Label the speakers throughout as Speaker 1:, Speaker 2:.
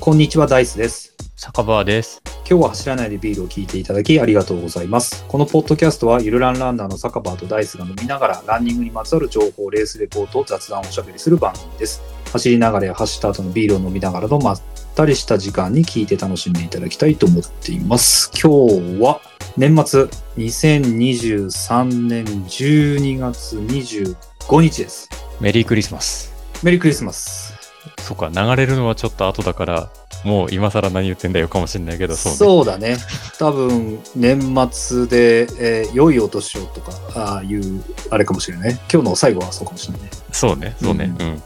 Speaker 1: こんにちは、ダイスです。
Speaker 2: 酒場です。
Speaker 1: 今日は走らないでビールを聞いていただきありがとうございます。このポッドキャストはゆるランランナーの酒場とダイスが飲みながらランニングにまつわる情報、レースレポート、雑談をおしゃべりする番組です。走りながらや走った後のビールを飲みながらのまったりした時間に聞いて楽しんでいただきたいと思っています。今日は年末2023年12月25日です。
Speaker 2: メリークリスマス。
Speaker 1: メリークリスマス。
Speaker 2: そっか、流れるのはちょっと後だから、もう今更何言ってんだよかもしれないけど、そうね。
Speaker 1: そうだね。多分、年末で、えー良いお年をとか、ああいう、あれかもしれないね。今日の最後はそうかもしれないね。
Speaker 2: そうね、そうね。
Speaker 1: う
Speaker 2: うんん。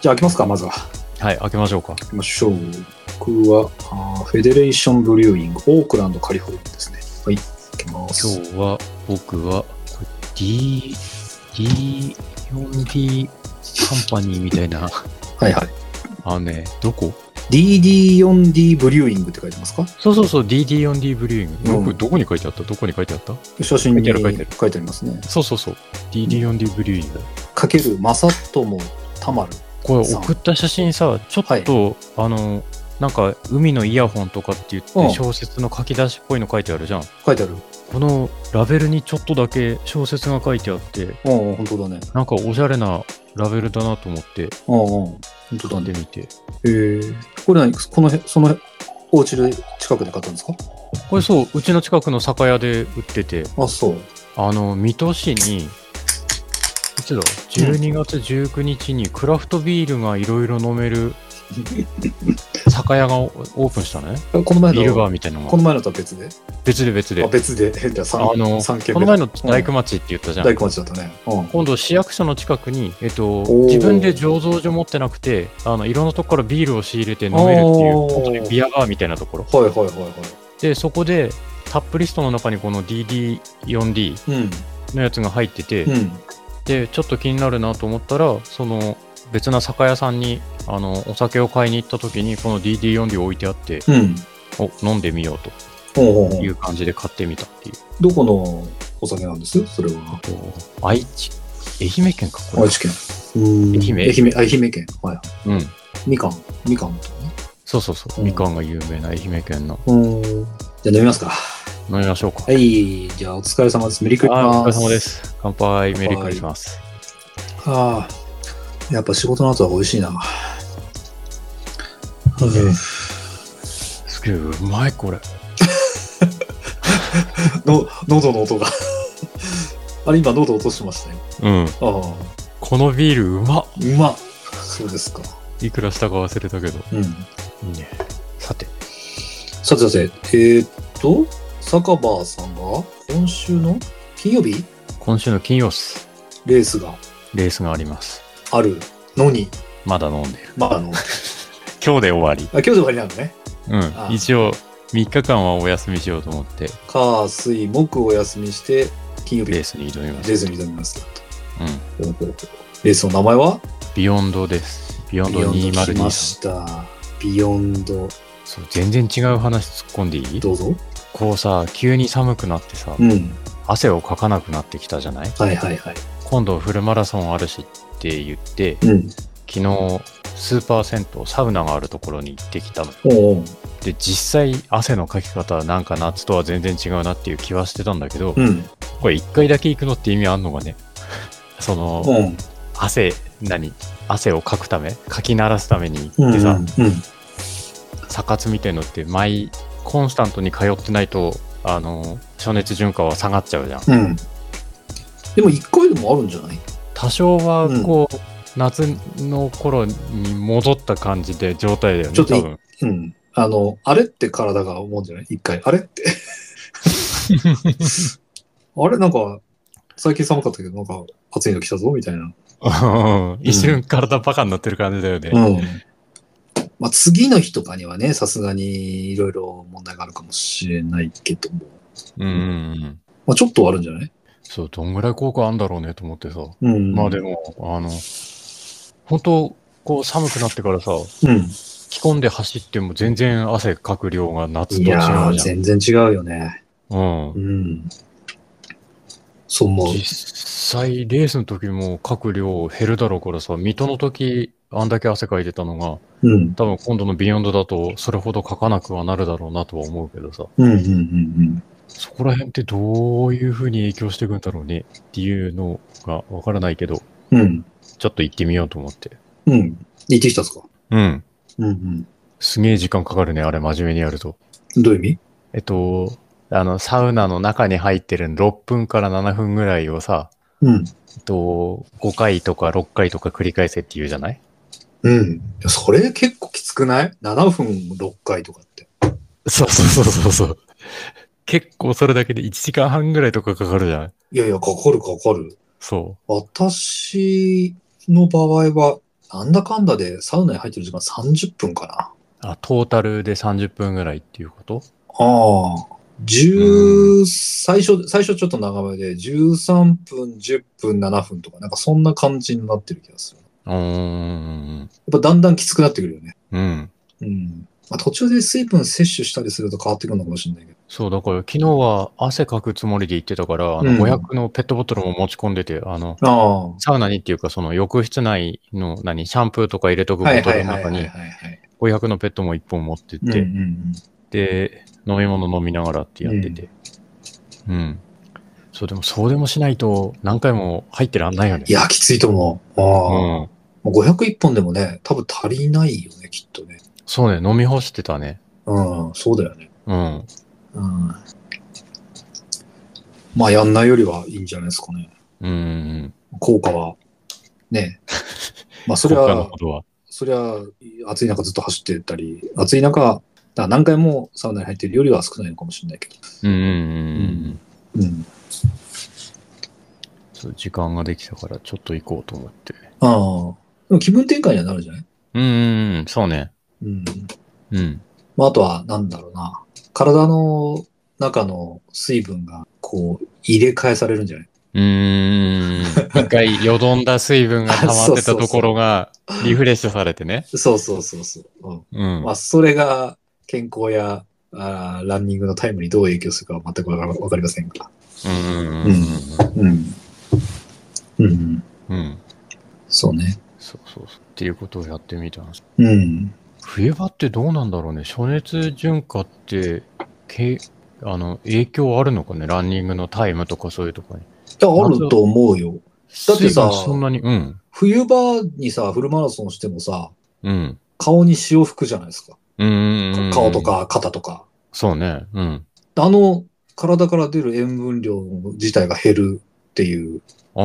Speaker 1: じゃあ、開きますか、まずは。
Speaker 2: はい、開けましょうか。
Speaker 1: 開きましょう。僕は、あーフェデレーションブリューイング、オークランド、カリフォルニアですね。はい、開きます。
Speaker 2: 今日は、僕は、これ D、D4D カンパニーみたいな。
Speaker 1: はいはい。
Speaker 2: あのね、どこ
Speaker 1: DD4D ブリューイングって書いてますか
Speaker 2: そうそうそう、DD4D ブリューイング。
Speaker 1: うん
Speaker 2: 僕、どこに書いてあったどこに書いてあった
Speaker 1: 写真に
Speaker 2: 書
Speaker 1: 書
Speaker 2: いてある書
Speaker 1: い
Speaker 2: いて
Speaker 1: て
Speaker 2: ある
Speaker 1: ありますね。
Speaker 2: そうそうそう、DD4D ブリューイング。
Speaker 1: かける、まさとも、たまる。
Speaker 2: これ送った写真さ、ちょっと、あの、なんか、海のイヤホンとかって言って
Speaker 1: うん、
Speaker 2: 小説の書き出しっぽいの書いてあるじゃん。
Speaker 1: 書いてある。
Speaker 2: このラベルにちょっとだけ小説が書いてあって、
Speaker 1: うんうん、本当だね。
Speaker 2: なんかおしゃれなラベルだなと思って、
Speaker 1: うんうん。本当だ
Speaker 2: 読ん
Speaker 1: ね
Speaker 2: で。みて。
Speaker 1: えこれ何この辺、その辺、お家で近くで買ったんですか
Speaker 2: これそう、うちの近くの酒屋で売ってて、
Speaker 1: あ、そう。
Speaker 2: あの、水戸市に、いつだ ?12 月19日にクラフトビールがいろいろ飲める酒屋がオープンしたのね。
Speaker 1: この前
Speaker 2: ビールバ
Speaker 1: の、
Speaker 2: ーみたいなの
Speaker 1: こ
Speaker 2: が。
Speaker 1: の前のとは別で
Speaker 2: 別で別で
Speaker 1: あ、。別で。 じゃあ
Speaker 2: あの
Speaker 1: 3、三軒
Speaker 2: こ
Speaker 1: 目
Speaker 2: の
Speaker 1: だ。
Speaker 2: 前の大工町って言ったじゃん。
Speaker 1: 大工町だったね。うん。
Speaker 2: 今度市役所の近くに、えっと、
Speaker 1: ー
Speaker 2: 自分で醸造所持ってなくてあのいろんなとこからビールを仕入れて飲めるっていう
Speaker 1: おー
Speaker 2: 本当にビアバーみたいなところ
Speaker 1: はいはいはいは
Speaker 2: でそこでタップリストの中にこの
Speaker 1: い。
Speaker 2: DD4D
Speaker 1: うん。
Speaker 2: のやつが入ってて、
Speaker 1: うん。
Speaker 2: でちょっと気になるなと思ったらその別な酒屋さんにあのお酒を買いに行った時にこの DD4D 置いてあって
Speaker 1: うん。
Speaker 2: お飲んでみよう
Speaker 1: ほうほうほ
Speaker 2: と
Speaker 1: う
Speaker 2: いう感じで買ってみたっていう
Speaker 1: どこのお酒なんですそれは。
Speaker 2: お愛知愛媛県かこ
Speaker 1: 愛
Speaker 2: れ、
Speaker 1: 知県。うん
Speaker 2: 愛媛
Speaker 1: 愛媛、愛媛県。はい。
Speaker 2: うん、
Speaker 1: みかん。みかんとかね。
Speaker 2: そうそうそうみかんが有名な愛媛県の
Speaker 1: うん。じゃあ飲みますか。
Speaker 2: 飲みましょうか
Speaker 1: はい。じゃあお疲れ様です。メリークリス
Speaker 2: あーお疲
Speaker 1: マ
Speaker 2: れ
Speaker 1: ス。
Speaker 2: 様で。す。乾杯、メリークリスマス。
Speaker 1: ああ、やっぱ仕事の後は美味しいな。
Speaker 2: すげえ、うまい、これ。
Speaker 1: の喉の音が。 あれ、今、喉落としましたよ。
Speaker 2: うん。
Speaker 1: ああ、
Speaker 2: このビール、うま
Speaker 1: うまっそうですか。
Speaker 2: いくらしたか忘れたけど。
Speaker 1: うん。
Speaker 2: いいね。さて。
Speaker 1: さてさて、えー、っと、酒場さんが今週の金曜日、
Speaker 2: 今週の金曜日、
Speaker 1: レースが
Speaker 2: レースがあります。
Speaker 1: あるのに、
Speaker 2: まだ飲んでる。
Speaker 1: まあ、あの、あ
Speaker 2: 今日で終わり。
Speaker 1: 今日で終わりなのね。
Speaker 2: うん。
Speaker 1: ー
Speaker 2: 一応、3日間はお休みしようと思って、
Speaker 1: 火、水、木お休みして、金曜日、
Speaker 2: レ
Speaker 1: レ
Speaker 2: ースに挑みます。
Speaker 1: ースに挑みます。
Speaker 2: うん。
Speaker 1: レースの名前は
Speaker 2: ビヨンドです。ビヨン
Speaker 1: ビヨ
Speaker 2: ド
Speaker 1: ンド来ま
Speaker 2: 2023。
Speaker 1: した。ビヨンド、
Speaker 2: そう、全然違う話突っ込んでいい
Speaker 1: どうぞ。
Speaker 2: こうさ、急に寒くなってさ、
Speaker 1: うん。
Speaker 2: 汗をかかなくなってきたじゃない
Speaker 1: はいはいはい。
Speaker 2: 今度フルマラソンあるしって言って
Speaker 1: うん。
Speaker 2: 昨日スーパー銭湯サウナがあるところに行ってきたのよ
Speaker 1: おうおう。
Speaker 2: で実際汗のかき方はなんか夏とは全然違うなっていう気はしてたんだけど
Speaker 1: うん。
Speaker 2: これ1回だけ行くのって意味あんのがね その
Speaker 1: うん。
Speaker 2: 汗何汗をかくためかき鳴らすために
Speaker 1: う
Speaker 2: 行
Speaker 1: ん
Speaker 2: ってさ、
Speaker 1: うん。
Speaker 2: サカツみたいのって毎コンスタントに通ってないとあの暑熱順化は下がっちゃうじゃん
Speaker 1: うん。でも一回でもあるんじゃない
Speaker 2: 多少はこう、夏の頃に戻った感じで状態だよね
Speaker 1: ちょっとい
Speaker 2: 多 分
Speaker 1: うん。あの、あれって体が思うんじゃない一回。あれって。 あれなんか、最近寒かったけど、なんか暑いの来たぞみたいな。
Speaker 2: うん一瞬体バカになってる感じだよね、
Speaker 1: うん。まあ次の日とかにはね、さすがにいろいろ問題があるかもしれないけども。
Speaker 2: うんうんうん
Speaker 1: まあちょっとはあるんじゃない
Speaker 2: そうどんぐらい効果あるんだろうねと思ってさ、
Speaker 1: うん。
Speaker 2: まあでもあの本当こう寒くなってからさ
Speaker 1: うん。
Speaker 2: 着込んで走っても全然汗かく量が夏
Speaker 1: い
Speaker 2: と違うじ
Speaker 1: や
Speaker 2: ゃん
Speaker 1: ー、全然違うよね。
Speaker 2: うん
Speaker 1: うん。そう思う。
Speaker 2: 実際レースの時も各量減るだろうからさ、水戸の時あんだけ汗かいてたのが、
Speaker 1: うん。
Speaker 2: 多分今度のビヨンドだとそれほど書かなくはなるだろうなとは思うけどさ、
Speaker 1: うん、うん、うん、
Speaker 2: そこら辺ってどういう風に影響していくんだろうねっていうのがわからないけど、
Speaker 1: うん。うん。
Speaker 2: ちょっと行ってみようと思って。
Speaker 1: うん。行ってきたっすか
Speaker 2: うん。
Speaker 1: うん、うん。
Speaker 2: すげえ時間かかるね、あれ真面目にやると。
Speaker 1: どういう意味
Speaker 2: えっと、あの、サウナの中に入ってる6分から7分ぐらいをさ、
Speaker 1: うん。
Speaker 2: えっと、5回とか6回とか繰り返せって言うじゃない
Speaker 1: うん。それ結構きつくない ?7 分6回とかって。
Speaker 2: そうそうそうそうそう。 結構それだけで1時間半ぐらいとかかかるじゃん。
Speaker 1: いやいや、かかるかかる。
Speaker 2: そ
Speaker 1: 私の場合は、なんだかんだでサウナに入ってる時間30分かな。
Speaker 2: う。あ、トータルで30分ぐらいっていうこと
Speaker 1: ああ。10最初、最初ちょっと長めで、13分、10分、7分とか、なんかそんな感じになってる気がする。
Speaker 2: うーん。
Speaker 1: やっぱだんだんきつくなってくるよね。
Speaker 2: うん。
Speaker 1: うん。まあ、途中で水分摂取したりすると変わってくるのかもしれないけど。
Speaker 2: そう、だから昨日は汗かくつもりで行ってたから、あ
Speaker 1: うん
Speaker 2: の500のペットボトルも持ち込んでて、あの、
Speaker 1: あ
Speaker 2: サウナにっていうか、その浴室内の何、シャンプーとか入れとく
Speaker 1: あ。
Speaker 2: ボ
Speaker 1: はい
Speaker 2: ト
Speaker 1: は
Speaker 2: ル
Speaker 1: い
Speaker 2: の
Speaker 1: はい
Speaker 2: 中
Speaker 1: はい
Speaker 2: に
Speaker 1: はい。
Speaker 2: 500のペットも1本持ってっ
Speaker 1: うん
Speaker 2: て、
Speaker 1: うんうん
Speaker 2: で、飲み物飲みながらってやってて。うん。そう、でもそうでもしないと何回も入ってらんないよね。
Speaker 1: いや、きついと思う。あ
Speaker 2: う
Speaker 1: あ。
Speaker 2: ん。
Speaker 1: もう501本でもね、多分足りないよね、きっとね。
Speaker 2: そうね、飲み干してたね。
Speaker 1: うん、そうだよね。
Speaker 2: う
Speaker 1: う
Speaker 2: ん。
Speaker 1: ん。まあ、やんないよりはいいんじゃないですかね。
Speaker 2: うん。
Speaker 1: 効果は。ね。まあ、それ
Speaker 2: 効果の
Speaker 1: は
Speaker 2: ほ、どは。
Speaker 1: それは、暑い中ずっと走ってたり、暑い中、だから何回もサウナに入ってるよりは少ないのかもしれないけど。
Speaker 2: うんうんうんうん。
Speaker 1: うん。
Speaker 2: そう、時間ができたからちょっと行こうと思って。
Speaker 1: ああ。でも気分転換にはなるじゃない
Speaker 2: うんうんうん、そうね。
Speaker 1: うん。
Speaker 2: うん。
Speaker 1: まあ、あとは、なんだろうな。体の中の水分が、こう、入れ替えされるんじゃないう
Speaker 2: ーん。一回よどんだ水分が溜まってたところがリフレッシュされてね。
Speaker 1: そうそうそうそう。う
Speaker 2: うん
Speaker 1: ん、まあ、それが健康やあーランニングのタイムにどう影響するかは全くわかわかりませんが。
Speaker 2: うんうんう
Speaker 1: う
Speaker 2: ん
Speaker 1: ん。うん。
Speaker 2: うん。うん。
Speaker 1: そうね。
Speaker 2: そうそうそう。っていうことをやってみたんです。
Speaker 1: うん。
Speaker 2: 冬場ってどうなんだろうね。暑熱順化って、けあの、影響あるのかね。ランニングのタイムとかそういうとこに。
Speaker 1: いや、あると思うよ。だってさ
Speaker 2: 水分そんなに、うん。
Speaker 1: 冬場にさ、フルマラソンしてもさ、
Speaker 2: うん。
Speaker 1: 顔に潮吹くじゃないですか。
Speaker 2: うんうんうん。
Speaker 1: 顔と。か肩とか。
Speaker 2: そうね。うん。
Speaker 1: あの、体から出る塩分量自体が減るっていう
Speaker 2: ああ。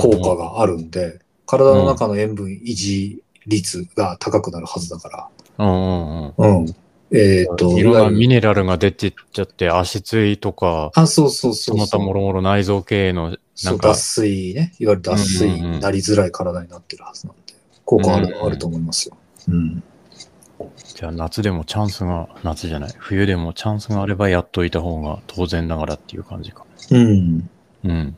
Speaker 1: 効果があるんで、体の中の塩分維持率が高くなるはずだから。
Speaker 2: が。うんうんうん。
Speaker 1: うん。えっ、と、
Speaker 2: いろん
Speaker 1: わ
Speaker 2: な
Speaker 1: ゆる
Speaker 2: ミネラルが出てっちゃって、足ついとか、
Speaker 1: あ、そうそうそ
Speaker 2: そうの
Speaker 1: そ
Speaker 2: 他
Speaker 1: う。
Speaker 2: もろもろ内臓系の、な
Speaker 1: そ
Speaker 2: ん
Speaker 1: う、
Speaker 2: か
Speaker 1: 脱、水ね。いわゆる脱水になりづらい体になってるはずなんで、効果ある,、
Speaker 2: うんうん
Speaker 1: あると思いますよ。うん。
Speaker 2: じゃあ夏でもチャンスが、夏じゃない、冬でもチャンスがあればやっといた方が当然ながらっていう感じか。
Speaker 1: うん。
Speaker 2: うん。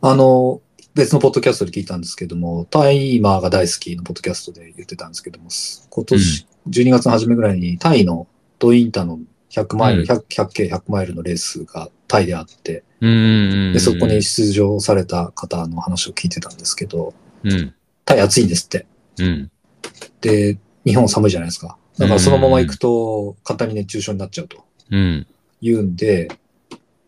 Speaker 1: あの、別のポッドキャストで聞いたんですけども、タイマーが大好きのポッドキャストで言ってたんですけども、今年、12月の初めぐらいにタイのドインタの100マイル、
Speaker 2: うん
Speaker 1: 100, 100系100マイルのレースがタイであって、
Speaker 2: うんうんうんうん。
Speaker 1: でそこに出場された方の話を聞いてたんですけど、
Speaker 2: うん。
Speaker 1: タイ暑いんですって。
Speaker 2: うん。
Speaker 1: で、日本寒いじゃないですか。だからそのまま行くと簡単に熱中症になっちゃうと
Speaker 2: うん。
Speaker 1: いうんで、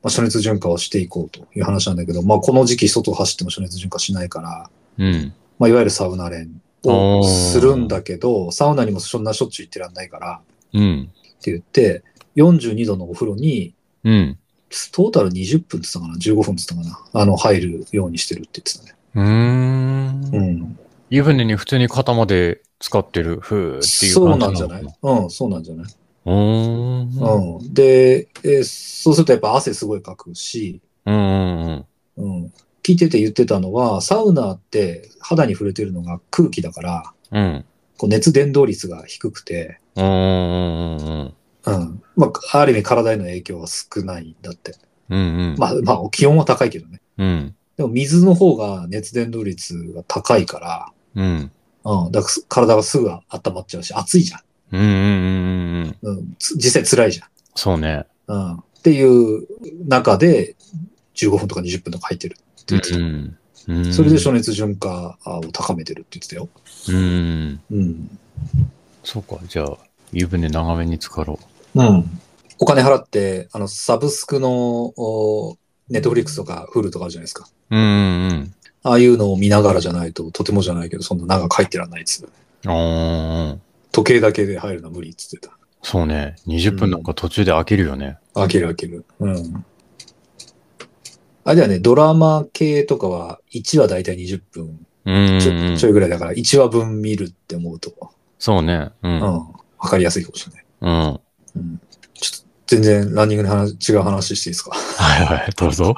Speaker 1: まあ、暑熱順化をしていこうという話なんだけど、まあこの時期外を走っても暑熱順化しないから、
Speaker 2: うん。
Speaker 1: まあいわゆるサウナ連をするんだけど、サウナにもそんなしょっちゅう行ってらんないから
Speaker 2: うん。
Speaker 1: って言って、42度のお風呂に
Speaker 2: うん。
Speaker 1: トータル20分って言ってたかな ?15 分って言ってたかなあの、入るようにしてるって言ってたね。
Speaker 2: うーん。
Speaker 1: うん。
Speaker 2: 湯船に普通に肩まで使ってる、ふーっていう
Speaker 1: そう
Speaker 2: 感じ
Speaker 1: な
Speaker 2: なん
Speaker 1: じゃ
Speaker 2: のか
Speaker 1: な
Speaker 2: ない
Speaker 1: うん、そうなんじゃないう
Speaker 2: ーん。
Speaker 1: うん。で、えーそうするとやっぱ汗すごいかくし、
Speaker 2: うん。うん。
Speaker 1: うん、聞いてて言ってたのは、サウナって肌に触れてるのが空気だから、
Speaker 2: うん。
Speaker 1: こう熱伝導率が低くて、
Speaker 2: うん。うん。うん。
Speaker 1: うん。まあ、ある意味体への影響は少ないんだって。
Speaker 2: うん。
Speaker 1: まあ、まあ、気温は高いけどね。
Speaker 2: うん。
Speaker 1: でも水の方が熱伝導率が高いから、
Speaker 2: うん。
Speaker 1: うん。だからす体がすぐ温まっちゃうし、暑いじゃん。
Speaker 2: うん。うん。うん。
Speaker 1: うん。つ実際辛いじ
Speaker 2: そうね。
Speaker 1: ゃん。うん。っていう中で、 15分とか20分とか入ってるって言ってた。
Speaker 2: ん。うん
Speaker 1: それで暑熱順化を高めてるって言ってたよ。
Speaker 2: うん。
Speaker 1: うん。
Speaker 2: そうか、じゃあ、湯船長めに浸かろ
Speaker 1: うん。お金払って、あの、サブスクの、ネットフリックスとかフルとかあるじゃないですか。
Speaker 2: う。うん
Speaker 1: ああいうのを見ながらじゃないと、とてもじゃないけど、そんな長く入ってらんないっつってた。
Speaker 2: うん。ああ、
Speaker 1: 時計だけで入るのは無理っつってた。
Speaker 2: そうね。20分なんか途中で飽きるよね。
Speaker 1: 開ける開ける。うん。あれだよね、ドラマ系とかは、1話だいたい20分
Speaker 2: うん
Speaker 1: ちょ,、
Speaker 2: うん。
Speaker 1: ちょいぐらいだから、1話分見るって思うと、
Speaker 2: そうね。う
Speaker 1: うん、
Speaker 2: ん。
Speaker 1: わかりやすいかもしれない。
Speaker 2: うん。は
Speaker 1: うん。ちょっと、全然ランニングの話、違う話していいですか
Speaker 2: いはい、どうぞ。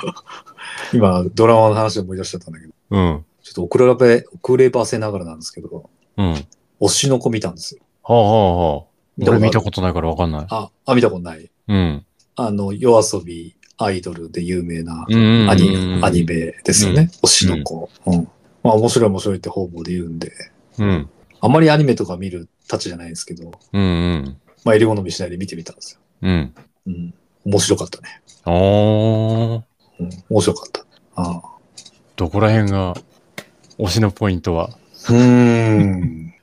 Speaker 1: 今、ドラマの話で思い出しちゃったんだけど、
Speaker 2: うん。
Speaker 1: ちょっと遅ればせ、遅ればせながらなんですけど、
Speaker 2: うん。は
Speaker 1: 推しの子見たんですよ。
Speaker 2: あはあはあ。俺見た
Speaker 1: と
Speaker 2: ことないからわかんない。
Speaker 1: あるあ、見たことない。
Speaker 2: うん。
Speaker 1: あの、夜遊び、アイドルで有名な、
Speaker 2: うん。
Speaker 1: アニ
Speaker 2: うん
Speaker 1: アニ。メですよね。推しの子。うん。まあ面白い面白いって方々で言うんで、
Speaker 2: うん。
Speaker 1: あまりアニメとか見るたちじゃないんですけど、
Speaker 2: うんうん。
Speaker 1: まあ襟好みしないで見てみたんですよ。
Speaker 2: うん。
Speaker 1: うん。面白かったね。
Speaker 2: ああ。
Speaker 1: うん。面白かった。ああ
Speaker 2: どこら辺が推しのポイントは。
Speaker 1: うーん。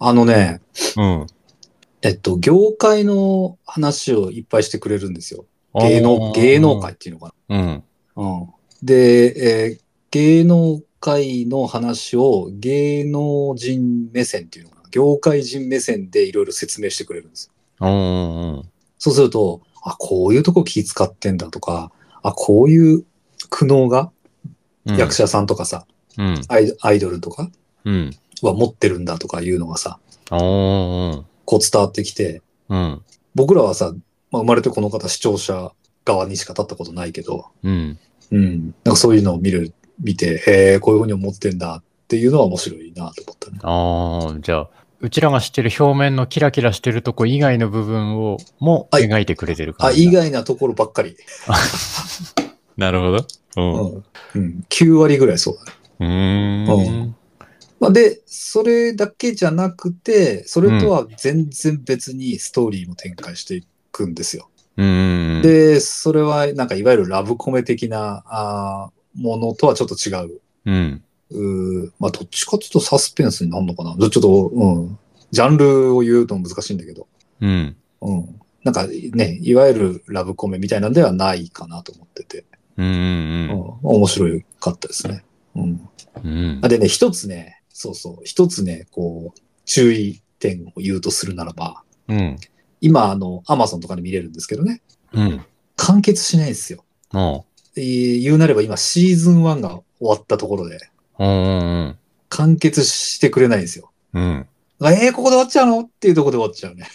Speaker 1: あのね、
Speaker 2: うん。
Speaker 1: えっと、業界の話をいっぱいしてくれるんですよ。芸能、芸能界。っていうのか
Speaker 2: うん。
Speaker 1: な。うん。で、えー芸能界の話を芸能人目線っていうのかな。業界人目線でいろいろ説明してくれるんですよ
Speaker 2: うん。
Speaker 1: そうすると、あ、こういうとこ気使ってんだとか、あ、こういう苦悩が役者さんとかさ、
Speaker 2: うん。
Speaker 1: アイアイドルとか
Speaker 2: うん。
Speaker 1: は持ってるんだとかいうのがさ、
Speaker 2: ああ。
Speaker 1: こう伝わってきて、
Speaker 2: うん。
Speaker 1: 僕らはさ、まあ、生まれてこの方視聴者側にしか立ったことないけど、
Speaker 2: うん。
Speaker 1: うん、なんかそういうのを見る、見て、へえ、こういうふうに思ってんだっていうのは面白いなと思ったね。
Speaker 2: ああ。じゃあ、うちらが知ってる表面のキラキラしてるとこ以外の部分を、も
Speaker 1: はい
Speaker 2: 描いてくれてるか
Speaker 1: あ、
Speaker 2: ら。
Speaker 1: 意外なところばっかり。
Speaker 2: なるほ
Speaker 1: う
Speaker 2: ど。
Speaker 1: ん。うん、9割ぐらいそうだね。
Speaker 2: うん。うん。
Speaker 1: まあ、で、それだけじゃなくて、それとは全然別にストーリーも展開していくんですよ。
Speaker 2: うん。、
Speaker 1: で、それはなんかいわゆるラブコメ的なあーものとはちょっと違う。
Speaker 2: うん。
Speaker 1: うーまあ、どっちかっていうとサスペンスになるのかな。ちょっと、うん。ジャンルを言うと難しいんだけど。
Speaker 2: うん。
Speaker 1: うん。なんかね、いわゆるラブコメみたいなんではないかなと思ってて。
Speaker 2: うん。う
Speaker 1: うん。
Speaker 2: ん。
Speaker 1: 面白かったですね。うん。
Speaker 2: うん
Speaker 1: あ。でね、一つね、そうそう、一つね、こう、注意点を言うとするならば、
Speaker 2: うん。
Speaker 1: 今、あの、アマゾンとかで見れるんですけどね、
Speaker 2: うん。
Speaker 1: 完結しないんですよ。
Speaker 2: あ
Speaker 1: えー言うなれば今、シーズン1が終わったところで、
Speaker 2: あ。うん。
Speaker 1: 完結してくれないんですよ。
Speaker 2: うん。
Speaker 1: あえー、ここで終わっちゃうのっていうところで終わっちゃうね。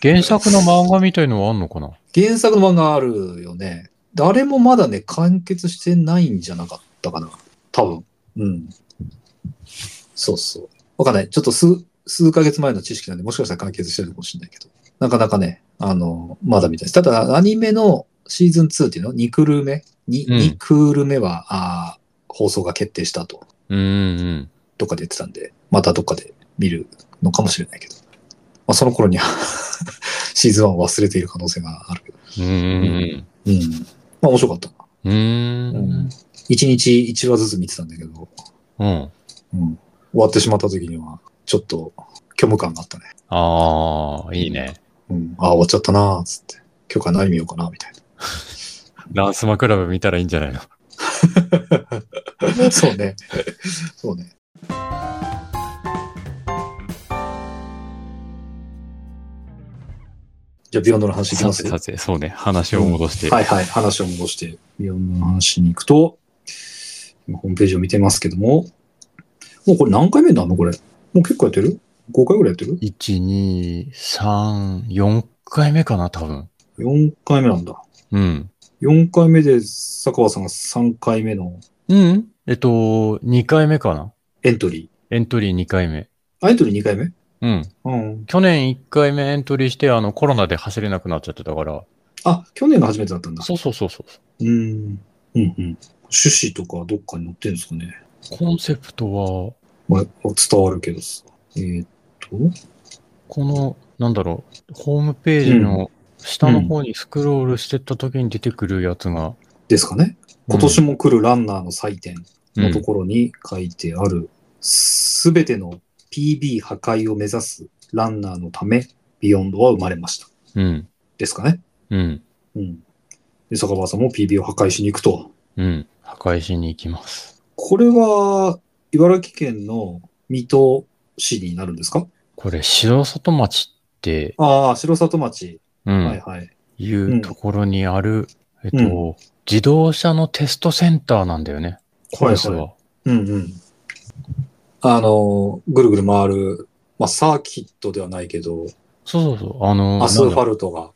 Speaker 2: 原作の漫画みたいのはあんのかな
Speaker 1: 原作の漫画あるよね。誰もまだね、完結してないんじゃなかったかな。多分。うん。そうそう。わかんない。ちょっと数、数ヶ月前の知識なんで、もしかしたら完結してるかもしれないけど。なかなかね、あの、まだみたいです。ただ、アニメのシーズン2っていうの ?2 クール目 ?2、
Speaker 2: うん
Speaker 1: 二クール目は、あー放送が決定したと、
Speaker 2: うんうん。
Speaker 1: どっかで言ってたんで、またどっかで見るのかもしれないけど。まあ、その頃には シーズン1を忘れている可能性があるけど。
Speaker 2: うんうん
Speaker 1: うん。まあ面白かった。
Speaker 2: うん。うん。
Speaker 1: 一日一話ずつ見てたんだけど、
Speaker 2: うん。
Speaker 1: うん。終わってしまった時には、ちょっと虚無感があったね。
Speaker 2: ああ、いいね。
Speaker 1: うん。ああ、終わっちゃったなーっつって。今日から何見ようかな、みたい
Speaker 2: ランスマクラブ見たらいいんじゃないの
Speaker 1: な。そうね。そうね。じゃあ、ビヨンドの話いきま
Speaker 2: さ
Speaker 1: す
Speaker 2: てさて、そうね。話を戻して。
Speaker 1: はいはい、話を戻して、ビヨンドの話に行くと、今ホームページを見てますけども、もうこれ何回目になるのこれ。もう結構やってる ?5 回ぐらいやってる
Speaker 2: 1、2、3、4回目かな、多分。
Speaker 1: ?4 回目なんだ。
Speaker 2: うん。
Speaker 1: 4回目で坂和さんが3回目の
Speaker 2: うんえっと、2回目かな。
Speaker 1: エントリ
Speaker 2: エントリー2回目。
Speaker 1: ー。あエントリー2回目
Speaker 2: うん。
Speaker 1: うん。
Speaker 2: 去年1回目エントリーして、あの、コロナで走れなくなっちゃってたから。
Speaker 1: あ、去年が初めてだったんだ。
Speaker 2: そうそうそうそ
Speaker 1: う
Speaker 2: う。
Speaker 1: ーん。うんうん。趣旨とかどっかに載ってるんですかね。
Speaker 2: コンセプトは、
Speaker 1: まあ、伝わるけどさ。えーっと、
Speaker 2: この、なんだろう、ホームページの下の方にスクロールしてった時に出てくるやつが、
Speaker 1: ですかね。今年も来るランナーの祭典のところに書いてある、すべての PB 破壊を目指すランナーのため、ビヨンドは生まれました。
Speaker 2: うん。
Speaker 1: ですかね。
Speaker 2: うん。
Speaker 1: うん。で、坂川さんも PB を破壊しに行くと。
Speaker 2: うん。破壊しに行きます。
Speaker 1: これは、茨城県の水戸市になるんですか
Speaker 2: これ、城里町って、
Speaker 1: ああ、城里町。
Speaker 2: う
Speaker 1: はい
Speaker 2: ん、
Speaker 1: はい。
Speaker 2: いうところにある、えっと、自動車のテストセンターなんだよね。コース
Speaker 1: はいは
Speaker 2: は。
Speaker 1: うんうん。あの、ぐるぐる回る、まあ、サーキットではないけど、
Speaker 2: そうそうそう。あの、
Speaker 1: アスフ
Speaker 2: なんだ
Speaker 1: ァルトが。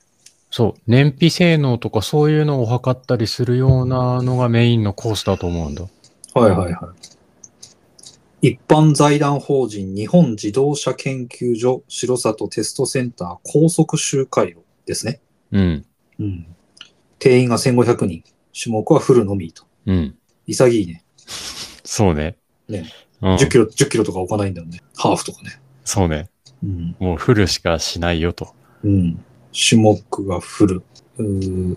Speaker 2: そう。燃費性能とかそういうのを測ったりするようなのがメインのコースだと思うんだ。
Speaker 1: はいはいはい。一般財団法人日本自動車研究所城里テストセンター高速周回路ですね。
Speaker 2: うん。
Speaker 1: うん。定員が1500人。種目はフルのみと。
Speaker 2: うん。
Speaker 1: 潔いね。
Speaker 2: そうね。
Speaker 1: ね
Speaker 2: うん、
Speaker 1: 10キロ、10キロとか置かないんだよね。ハーフとかね。
Speaker 2: そうね。
Speaker 1: うん。
Speaker 2: もうフルしかしないよと。
Speaker 1: うん。種目がフル。うー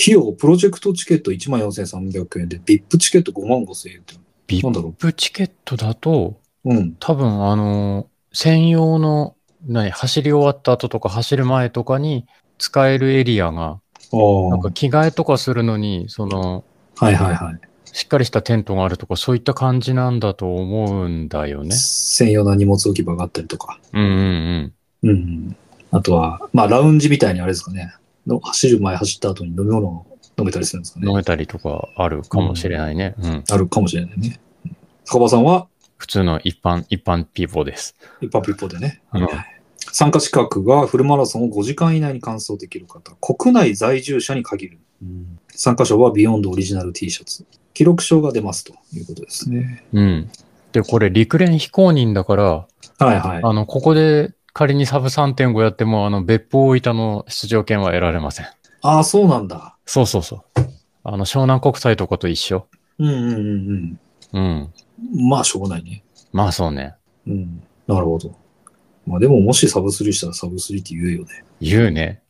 Speaker 1: 費用、プロジェクトチケット14,300円で、VIP チケット55,000円って。
Speaker 2: ビ
Speaker 1: なんだろ
Speaker 2: ップチケットだと、
Speaker 1: うん。
Speaker 2: 多分あの、専用の、何、走り終わった後とか走る前とかに使えるエリアが、
Speaker 1: あ
Speaker 2: なん
Speaker 1: あ
Speaker 2: か。着替えとかするのに、その、
Speaker 1: はいはいはい。
Speaker 2: しっかりしたテントがあるとか、そういった感じなんだと思うんだよね。
Speaker 1: 専用な荷物置き場があったりとか。
Speaker 2: うんうん
Speaker 1: うんうん。あとは、まあ、ラウンジみたいにあれですかね。の走る前走った後に飲み物を飲めたりするんですか
Speaker 2: うん。飲
Speaker 1: ね。
Speaker 2: めたりとかあるかもしれないね。うん。
Speaker 1: あるかもしれないね。坂場さんは、
Speaker 2: 普通の一般、一般ピーポーです。
Speaker 1: 一般ピッポでね。
Speaker 2: うん
Speaker 1: 参加資格がフルマラソンを5時間以内に完走できる方、国内在住者に限る。参加賞はビヨンドオリジナル T シャツ。記録賞が出ますということですね。
Speaker 2: うん。で、これ陸連非公認だから、
Speaker 1: はいはい。
Speaker 2: あの、ここで仮にサブ3.5やっても、あの、別府大分の出場権は得られません。
Speaker 1: ああ、そうなんだ。
Speaker 2: そうそうそう。あの、湘南国際とかと一緒。
Speaker 1: うんうんうん
Speaker 2: うん。
Speaker 1: うん。まあ、しょうがないね。
Speaker 2: まあそうね。
Speaker 1: うん。なるほど。まあでももしサブスリーしたらサブスリーって言うよ ね。
Speaker 2: 言うね。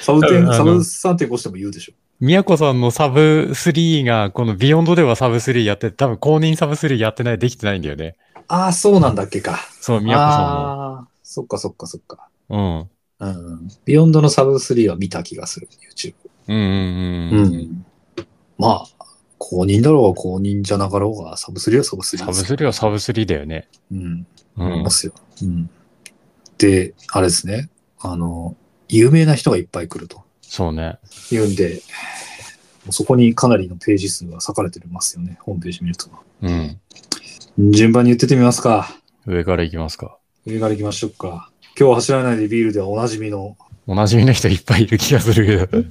Speaker 1: サブ
Speaker 2: う
Speaker 1: 点
Speaker 2: んあの
Speaker 1: サブ3.5しても言うでしょ。
Speaker 2: 宮子さんのサブ3が、このビヨンドではサブ3やって、多分公認サブ3やってない、できてないんだよね。
Speaker 1: ああ、そうなんだっけか。
Speaker 2: そう、宮子さ
Speaker 1: ああ、そっかそっかそっか。
Speaker 2: んの。
Speaker 1: うん。ビヨンドのサブ3は見た気がする、YouTube。
Speaker 2: うん。うんうん
Speaker 1: う
Speaker 2: うん。
Speaker 1: ん。まあ、公認だろうが公認じゃなかろうが、サブ3はサブ3
Speaker 2: サ
Speaker 1: で
Speaker 2: ブ
Speaker 1: す。
Speaker 2: 3はサブ3だよね。
Speaker 1: うん。
Speaker 2: う
Speaker 1: 思い
Speaker 2: ん
Speaker 1: ま。すよ。うん。で、あれですね。あの、有名な人がいっぱい来ると
Speaker 2: そうね。
Speaker 1: いうんで、もうそこにかなりのページ数が割かれてますよね。ホームページ見ると。
Speaker 2: うん。
Speaker 1: 順番に言ってってみますか。
Speaker 2: 上から行きますか。
Speaker 1: 上から行きましょうか。今日は走らないでビールではおなじみの。
Speaker 2: おなじみの人いっぱいいる気がするけど。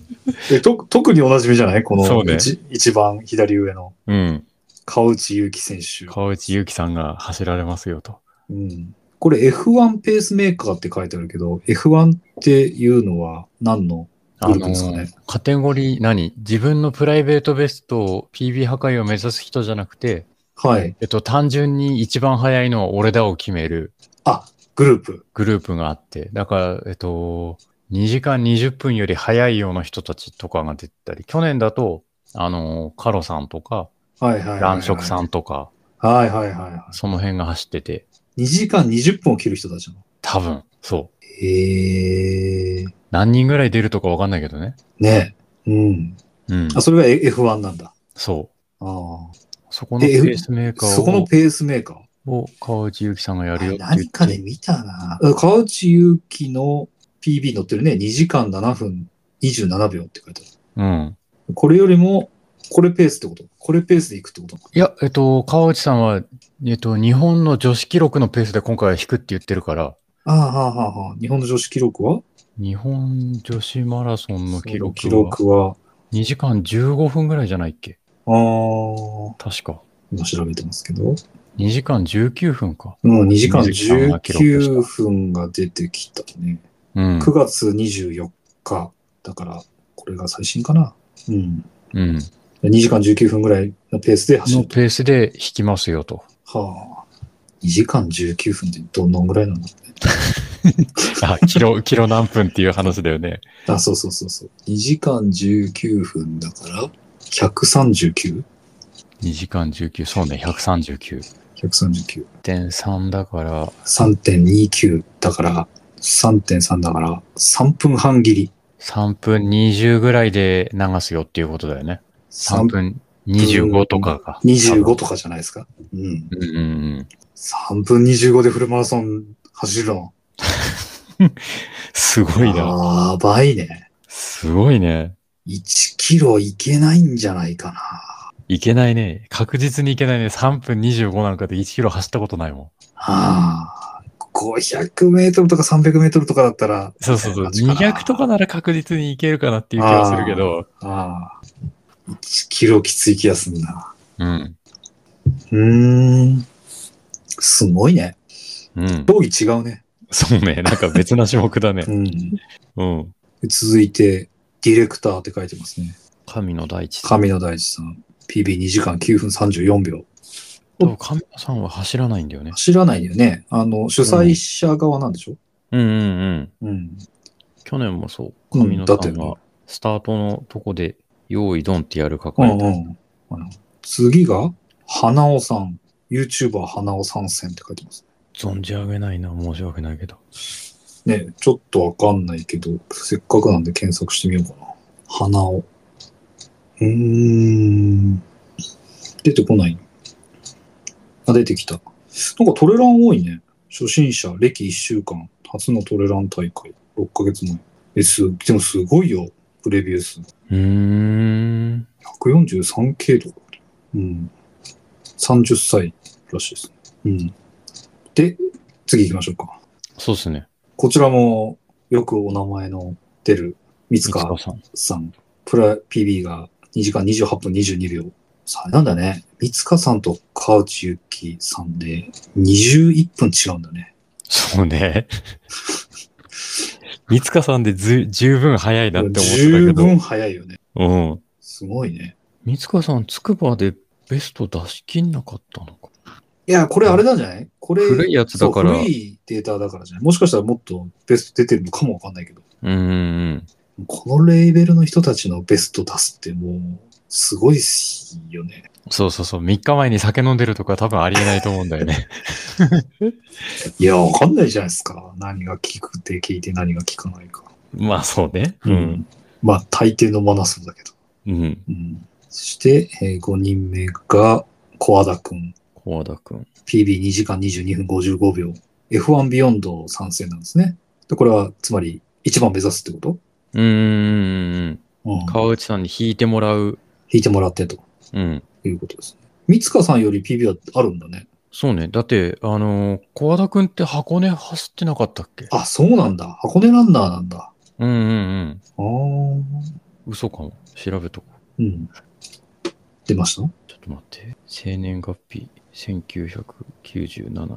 Speaker 1: えと特におなじみじゃないこ
Speaker 2: そ
Speaker 1: の
Speaker 2: うね
Speaker 1: 一,、一番左上の
Speaker 2: うん。
Speaker 1: 川内優輝選手。
Speaker 2: 川内優輝さんが走られますよと。
Speaker 1: うん、これ F1 ペースメーカーって書いてあるけど、F1 っていうのは何の
Speaker 2: あ
Speaker 1: どういうこと
Speaker 2: の
Speaker 1: ですかね
Speaker 2: カテゴリー何自分のプライベートベストを PB 破壊を目指す人じゃなくて、
Speaker 1: はい。
Speaker 2: えっと、単純に一番早いのは俺だを決める
Speaker 1: あ、グループ。
Speaker 2: グループがあって、だから、えっと、2時間20分より早いような人たちとかが出てたり、去年だと、あの、カロさんとか、
Speaker 1: はいはいはい、はい。
Speaker 2: 乱食さんとか、
Speaker 1: はいはいはいは
Speaker 2: その辺が走ってて、
Speaker 1: い。2時間20分を切る人たちの。
Speaker 2: 多分、そう。
Speaker 1: へえ。ー。
Speaker 2: 何人ぐらい出るとかわかんないけどね。
Speaker 1: ねうん。
Speaker 2: うん。
Speaker 1: あ、それが F1 なんだ。
Speaker 2: そ
Speaker 1: ああ。
Speaker 2: う。そこのペ
Speaker 1: え
Speaker 2: ースメーカーを。
Speaker 1: そこのペースメーカー。
Speaker 2: を川内優輝さんがやるよって言って
Speaker 1: 何かで見たな。川内優輝の PB 乗ってるね。2時間7分27秒って書いてあ
Speaker 2: うん。
Speaker 1: る。これよりも、これペースってことこれペースでいくってこと
Speaker 2: いや、えっと、川内さんは、えっと、日本の女子記録のペースで今回は引くって言ってるから、
Speaker 1: ああ、はあ、はあ、はあ。日本の女子記録は
Speaker 2: 日本女子マラソンの記録
Speaker 1: 記
Speaker 2: は
Speaker 1: 録は、
Speaker 2: 2時間15分ぐらいじゃないっけ
Speaker 1: ああ、
Speaker 2: 確か。
Speaker 1: 今調べてますけど。
Speaker 2: 2時間19分か。
Speaker 1: うん、2時間
Speaker 2: 二時間が記録した
Speaker 1: 19分が出てきたね。
Speaker 2: うん。
Speaker 1: 9月24日。だから、これが最新かな。うん。
Speaker 2: うん。の
Speaker 1: 2時間19分ぐらいのペースで走ると。
Speaker 2: ペースで引きますよと。
Speaker 1: はあ。2時間19分ってどんどんぐらいなんだろうね。
Speaker 2: あ、キロ、キロ何分っていう話だよね。
Speaker 1: あ、そうそうそうそう。2時間19分だから、139?139
Speaker 2: 2時間19、そうね、139.3
Speaker 1: 139
Speaker 2: だから、
Speaker 1: 3.29だから、3.3だから、3分半切り。
Speaker 2: 3分20ぐらいで流すよっていうことだよね。3分25とかが。
Speaker 1: 25とかじゃないですか。うん。
Speaker 2: うんうんうん。
Speaker 1: 3分25でフルマラソン走るの。
Speaker 2: すごいな。
Speaker 1: やばいね。
Speaker 2: すごいね。
Speaker 1: 1キロいけないんじゃないかな。
Speaker 2: いけないね。確実にいけないね。3分25なんかで1キロ走ったことないもん。
Speaker 1: ああ。500メートルとか300メートルとかだったら、
Speaker 2: そうそうそう。
Speaker 1: みたいな感じかな
Speaker 2: 200とかなら確実にいけるかなっていう気はするけど。
Speaker 1: ああ。1キロきつい気がすんな。
Speaker 2: うん。
Speaker 1: うーん。すごいね。
Speaker 2: うん。
Speaker 1: 競技違うね。
Speaker 2: そうね。なんか別な種目 だね
Speaker 1: う。ん。
Speaker 2: うん。
Speaker 1: 続いて、ディレクターって書いてますね。
Speaker 2: 神の大地さん。
Speaker 1: 神野大地さん。PB2 時間9分34秒。
Speaker 2: と神野さんは走らないんだよね。
Speaker 1: 走らないんだよね。あの、主催者側なんでしょ
Speaker 2: うんうんうん。
Speaker 1: うん。
Speaker 2: 去年もそう。
Speaker 1: うん
Speaker 2: 神野さ
Speaker 1: だった
Speaker 2: ん
Speaker 1: よね
Speaker 2: はスタートのとこで、用意ドンってやるか
Speaker 1: う
Speaker 2: か
Speaker 1: ん
Speaker 2: れ
Speaker 1: うん。
Speaker 2: た。
Speaker 1: あの次が、花尾さん。YouTuber 花尾参戦って書いてます。
Speaker 2: 存じ上げないな。申し訳ないけど。
Speaker 1: ね、ちょっとわかんないけど、せっかくなんで検索してみようかな。花尾。うーん。出てこない。あ、出てきた。なんかトレラン多いね。初心者、歴1週間、初のトレラン大会、6ヶ月前。え、す、でもすごいよ、プレビュー数。
Speaker 2: うーん。
Speaker 1: 143系度。うん。30歳らしいですね。うん。で、次行きましょうか。
Speaker 2: そうですね。
Speaker 1: こちらもよくお名前の出る三
Speaker 2: いつか
Speaker 1: 塚
Speaker 2: さん。
Speaker 1: さん、プラ PB が2時間28分22秒。さあ、なんだね。三塚さんと川内ゆきさんで21分違うんだね。
Speaker 2: そうね。 三塚さんでず十分早いなって思ってた
Speaker 1: 十
Speaker 2: けど。
Speaker 1: 分早いよね。
Speaker 2: うん。
Speaker 1: すごいね。
Speaker 2: 三塚さん、つくばでベスト出しきんなかったのか。
Speaker 1: いや、これあれなんじゃないこれ、
Speaker 2: 古いやつだから
Speaker 1: そう古いデータだからじゃないもしかしたらもっとベスト出てるのかもわかんないけど。
Speaker 2: うんうん
Speaker 1: このレーベルの人たちのベスト出すってもう、すごいっすよね。
Speaker 2: うん。そうそうそう。3日前に酒飲んでるとか多分ありえないと思うんだよ ね。
Speaker 1: いや、わかんないじゃないですか。何が聞くって聞いて何が聞かないか。
Speaker 2: まあそうね。うん。。
Speaker 1: まあ、大抵のマナそうだけど。
Speaker 2: うん。
Speaker 1: うん。そして、えー5人目が、小和田くん。
Speaker 2: 小和田くん。
Speaker 1: PB2 時間22分55秒。F1 ビヨンド参戦なんですね。で、これは、つまり、一番目指すってこと
Speaker 2: うんうんうんうん。
Speaker 1: うん。弾
Speaker 2: 川内さんに引いてもらう。
Speaker 1: いてもらってと
Speaker 2: うん。
Speaker 1: いうことですね。三塚さんより PB はあるんだね。
Speaker 2: そうね。だって、あのー小和田くんって箱根走ってなかったっけ
Speaker 1: あ、そうなんだ。箱根ランナーなんだ。
Speaker 2: うんうんうん。
Speaker 1: あー。
Speaker 2: 嘘かも。調べとこう。
Speaker 1: うん。出ました
Speaker 2: ちょっと待って。生年月日、1997年。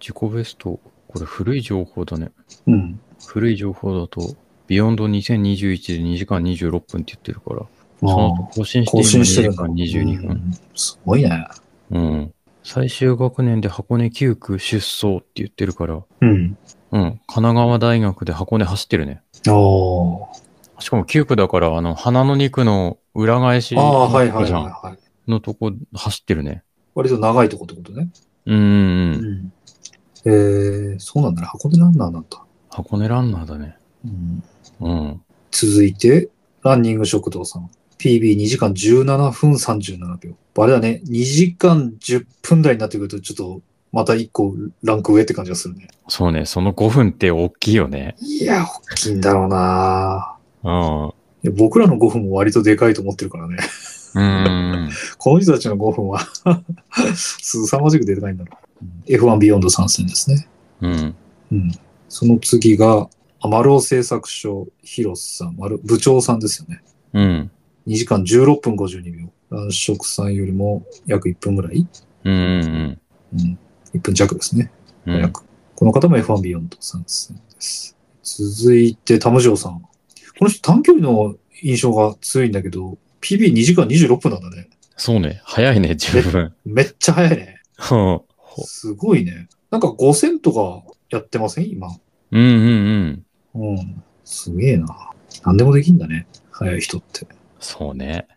Speaker 2: 自己ベスト、これ古い情報だね。
Speaker 1: うん。
Speaker 2: 古い情報だと、ビヨンド2021で2時間26分って言ってるから、
Speaker 1: あ
Speaker 2: その後更新して今
Speaker 1: 更新してる
Speaker 2: 2時間22分。
Speaker 1: すごいね。
Speaker 2: うん。最終学年で箱根9区出走って言ってるから、
Speaker 1: うん。
Speaker 2: うん。神奈川大学で箱根走ってるね。
Speaker 1: ああ。
Speaker 2: しかも9区だから、あの、花の2区の裏返し
Speaker 1: ああ、はいはいはい
Speaker 2: じゃん
Speaker 1: はい。
Speaker 2: のとこ走ってるね。
Speaker 1: 割と長いとこってことね。
Speaker 2: うんうんうん。
Speaker 1: ん。えー、そうなんだね。箱根ランナーなんだ。
Speaker 2: 箱根ランナーだね。
Speaker 1: うん、
Speaker 2: うん。
Speaker 1: 続いて、ランニング食堂さん。PB2 時間17分37秒。あれだね。2時間10分台になってくると、ちょっと、また1個ランク上って感じがするね。
Speaker 2: そうね、その5分って大きいよね。
Speaker 1: いや、大きいんだろうな
Speaker 2: うん。
Speaker 1: いや僕らの5分も割とでかいと思ってるからね。
Speaker 2: うん。
Speaker 1: この人たちの5分は、 すさまじく出てないんだろう。F1 ビヨンド参戦ですね。
Speaker 2: うん。
Speaker 1: うん。その次が、あ丸尾製作所、広瀬さん、丸、部長さんですよね。
Speaker 2: うん。
Speaker 1: 2時間16分52秒。男色さんよりも約1分ぐらい
Speaker 2: うん。うん。
Speaker 1: うん。1分弱ですね。
Speaker 2: うん。
Speaker 1: 約。この方も F1 ビヨンド参戦です。続いて、田無城さん。この人短距離の印象が強いんだけど、PB2 時間26分なんだね。
Speaker 2: そうね、早いね、十 分。
Speaker 1: めっちゃ早いね。
Speaker 2: うん。
Speaker 1: すごいね。なんか5000とかやってません今。
Speaker 2: うんうんうん。
Speaker 1: うん。すげえな。何でもできんだね。早い人って。
Speaker 2: そうね。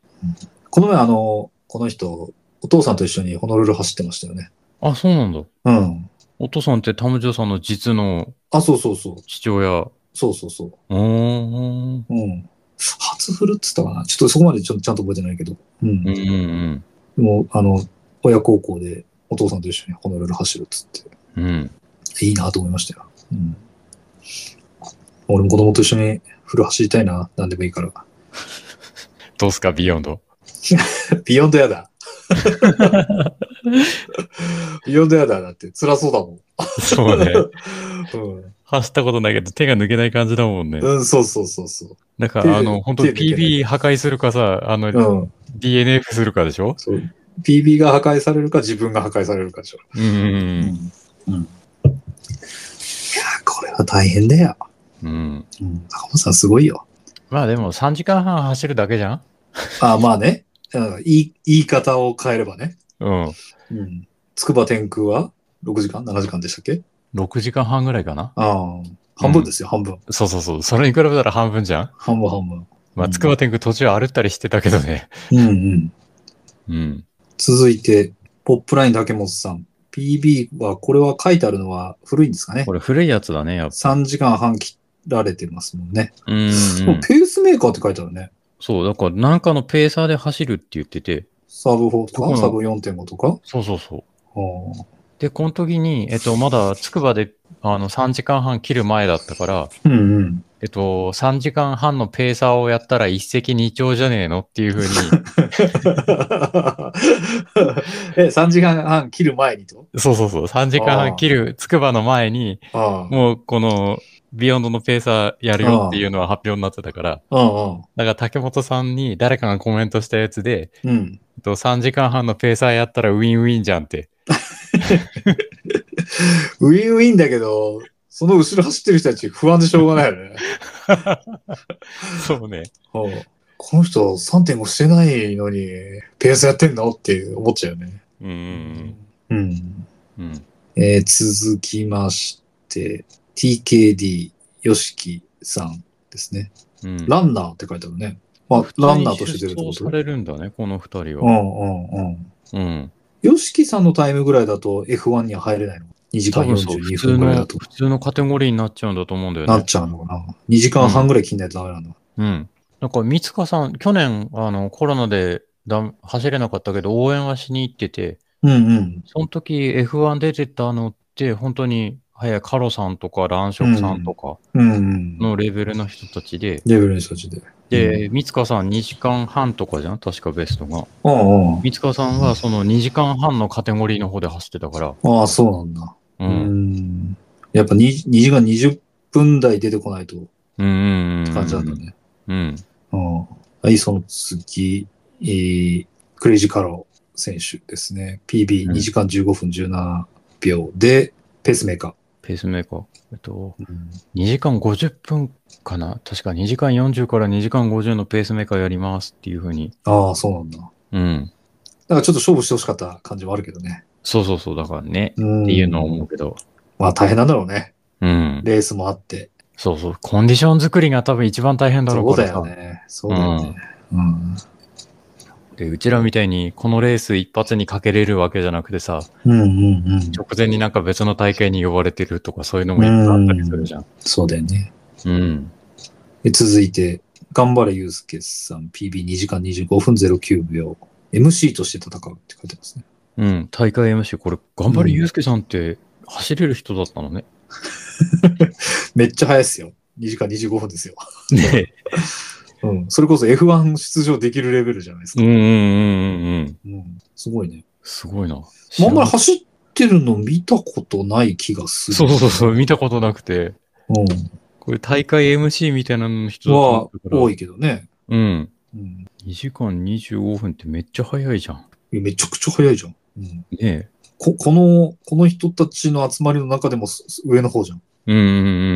Speaker 1: この前、あの、この人、お父さんと一緒にホノルル走ってましたよね。
Speaker 2: あ、そうなんだ。
Speaker 1: うん。
Speaker 2: お父さんってタムジョさんの実の
Speaker 1: あ、そうそうそう。
Speaker 2: 父親。
Speaker 1: そうそうそう
Speaker 2: ーん。
Speaker 1: う。うん。初フルって言ったかなちょっとそこまでちょっとちゃんと覚えてないけど。うん。
Speaker 2: うんう
Speaker 1: で
Speaker 2: ん
Speaker 1: も、あの、親孝行でお父さんと一緒にホノルル走るっつっ
Speaker 2: うん。うん。
Speaker 1: て。いいなと思いましたよ。うん。俺も子供と一緒にフル走りたいな。何でもいいから。
Speaker 2: どうすか、ビヨンド。
Speaker 1: ビヨンドやだ。ビヨンドやだだって辛そうだもん。
Speaker 2: そうね。
Speaker 1: うん
Speaker 2: 走ったことないけど手が抜けない感じだもんね。
Speaker 1: うん、そうそうそうそう。
Speaker 2: だから、あ
Speaker 1: 手
Speaker 2: の、
Speaker 1: で
Speaker 2: 本当
Speaker 1: 手で抜けない
Speaker 2: PB 破壊するかさ、あの、
Speaker 1: うん。
Speaker 2: DNF するかでしょ
Speaker 1: そう。PB が破壊されるか自分が破壊されるかでしょ。
Speaker 2: うんうん
Speaker 1: うん。いやーこれは大変だよ。
Speaker 2: うん。うん。
Speaker 1: うん。坂本さんすごいよ。
Speaker 2: まあでも3時間半走るだけじゃん
Speaker 1: あまあね。うん、言い、言い方を変えればね。
Speaker 2: うん。
Speaker 1: うん。筑波天空は6時間 ?7 時間でしたっけ
Speaker 2: 6時間半ぐらいかな
Speaker 1: ああ。半分ですよ、半分。
Speaker 2: そうそうそう。それに比べたら半分じゃん
Speaker 1: 半分半分。
Speaker 2: まあ、
Speaker 1: うん
Speaker 2: 筑波天狗途中歩ったりしてたけどね。
Speaker 1: うんうん。
Speaker 2: うん。
Speaker 1: 続いて、ポップライン竹本さん。PB は、これは書いてあるのは古いんですかね
Speaker 2: こ。れ古いやつだね、やっぱ。
Speaker 1: 3時間半切られてますもんね。
Speaker 2: うんうん
Speaker 1: もうペースメーカーって書いてあるね。
Speaker 2: そう、だからなんかのペーサーで走るって言ってて。
Speaker 1: サブ4と
Speaker 2: ここ
Speaker 1: か、
Speaker 2: の
Speaker 1: サブ4.5とか。
Speaker 2: そうそうそう。
Speaker 1: あー
Speaker 2: で、この時に、えっと、まだ筑波で、あの、3時間半切る前だったから、
Speaker 1: うんうん。
Speaker 2: えっと、3時間半のペーサーをやったら一石二鳥じゃねえのっていうふうに。
Speaker 1: え、3時間半切る前にと
Speaker 2: そうそうそう。3時間半切る筑波の前に、
Speaker 1: ああ。
Speaker 2: もうこの、ビヨンドのペーサーやるよっていうのは発表になってたから、
Speaker 1: うん
Speaker 2: だから竹本さんに誰かがコメントしたやつで、
Speaker 1: うん。うん。
Speaker 2: えっと、3時間半のペーサーやったらウィンウィンじゃんって。
Speaker 1: ウィンウィンだけど、その後ろ走ってる人たち不安でしょうがないよね。
Speaker 2: そうね。
Speaker 1: うんこの人3.5してないのに、ペースやってんのって思っちゃうよね。
Speaker 2: うん
Speaker 1: うん。
Speaker 2: うんうん。
Speaker 1: えー続きまして、TKD、ヨシキさんですね。
Speaker 2: うん。
Speaker 1: ランナーって書いてあるね。まあ、ランナーとして出るってこ
Speaker 2: そう
Speaker 1: と
Speaker 2: されるんだね、この二人
Speaker 1: うんうん
Speaker 2: は。
Speaker 1: うん。
Speaker 2: うん。
Speaker 1: ヨシキさんのタイムぐらいだと F1 には入れないの ?2 時
Speaker 2: 多
Speaker 1: 間
Speaker 2: 分そう、普
Speaker 1: 42
Speaker 2: 通
Speaker 1: 分ぐらいだ
Speaker 2: の、
Speaker 1: と。
Speaker 2: 普通のカテゴリーになっちゃうんだと思うんだよ
Speaker 1: な
Speaker 2: ね
Speaker 1: っ。ちゃうのかな ?2 時間半ぐらい切んないとダメなんだ。
Speaker 2: うん。なんか、三塚さん、去年、あの、コロナでだ走れなかったけど、応援はしに行ってて、
Speaker 1: うんうん。
Speaker 2: その時 F1 出てたのって、本当に、早いカロさんとか、ランショクさんとか
Speaker 1: うんうん。
Speaker 2: のレベルの人たちで、
Speaker 1: レベルの人たちで。
Speaker 2: で、三塚さん2時間半とかじゃん確かベストが。
Speaker 1: うんうん。
Speaker 2: 三塚さんはその2時間半のカテゴリーの方で走ってたから。
Speaker 1: ああ、そうなんだ。
Speaker 2: う。
Speaker 1: うんん。やっぱ 2, 時間20分台出てこないと
Speaker 2: うんうんうん。
Speaker 1: 感じなんだね。
Speaker 2: うん。
Speaker 1: うんはい、その次、えークレイジーカロー選手ですね。
Speaker 2: う
Speaker 1: PB2
Speaker 2: ん
Speaker 1: 時間15分17秒で、ペースメーカ
Speaker 2: ペースメーカー。えっと、
Speaker 1: ー。
Speaker 2: 2時間50分かな確か2時間40から2時間50のペースメーカーやりますっていうふうに。
Speaker 1: ああ、そうなんだ。だ
Speaker 2: うん。
Speaker 1: からちょっと勝負してほしかった感じもあるけどね。
Speaker 2: そうそうそう。だからね。
Speaker 1: うん
Speaker 2: っていうのは思うけど。
Speaker 1: まあ大変なんだろうね。
Speaker 2: うん。
Speaker 1: レースもあって。
Speaker 2: そうそう。コンディション作りが多分一番大変だろ
Speaker 1: そう
Speaker 2: うか
Speaker 1: だ
Speaker 2: らさ
Speaker 1: よね。そうだよね。うん。
Speaker 2: で、うちらみたいにこのレース一発にかけれるわけじゃなくてさ、
Speaker 1: うんうんうん。
Speaker 2: 直前になんか別の大会に呼ばれてるとかそういうのもいっぱいあったりするじゃん。
Speaker 1: そうだよね。
Speaker 2: うん。
Speaker 1: で続いて、頑張れゆうすけさん。PB2 時間25分09秒。MC として戦うって書いてますね。
Speaker 2: うん。大会 MC、これ、頑張れ
Speaker 1: うん
Speaker 2: ゆうすけさんって走れる人だったのね。
Speaker 1: めっちゃ早いっすよ。2時間25分ですよ。
Speaker 2: ね
Speaker 1: うん、それこそ F1 出場できるレベルじゃないです
Speaker 2: うん
Speaker 1: か。
Speaker 2: うんうんうんうん。
Speaker 1: うん、すごいね。
Speaker 2: すごいな。
Speaker 1: まああんまり走ってるの見たことない気がする。
Speaker 2: そうそうそう、見たことなくて。
Speaker 1: うん。
Speaker 2: これ大会 MC みたいなの人だと思
Speaker 1: は
Speaker 2: ってたから。
Speaker 1: 多いけどね。
Speaker 2: うん。
Speaker 1: うん、
Speaker 2: 2時間25分ってめっちゃ早いじゃん。
Speaker 1: いやめちゃくちゃ早いじゃん。うん、
Speaker 2: ねえ。
Speaker 1: ここの、この人たちの集まりの中でもすす上の方じゃん。
Speaker 2: うんう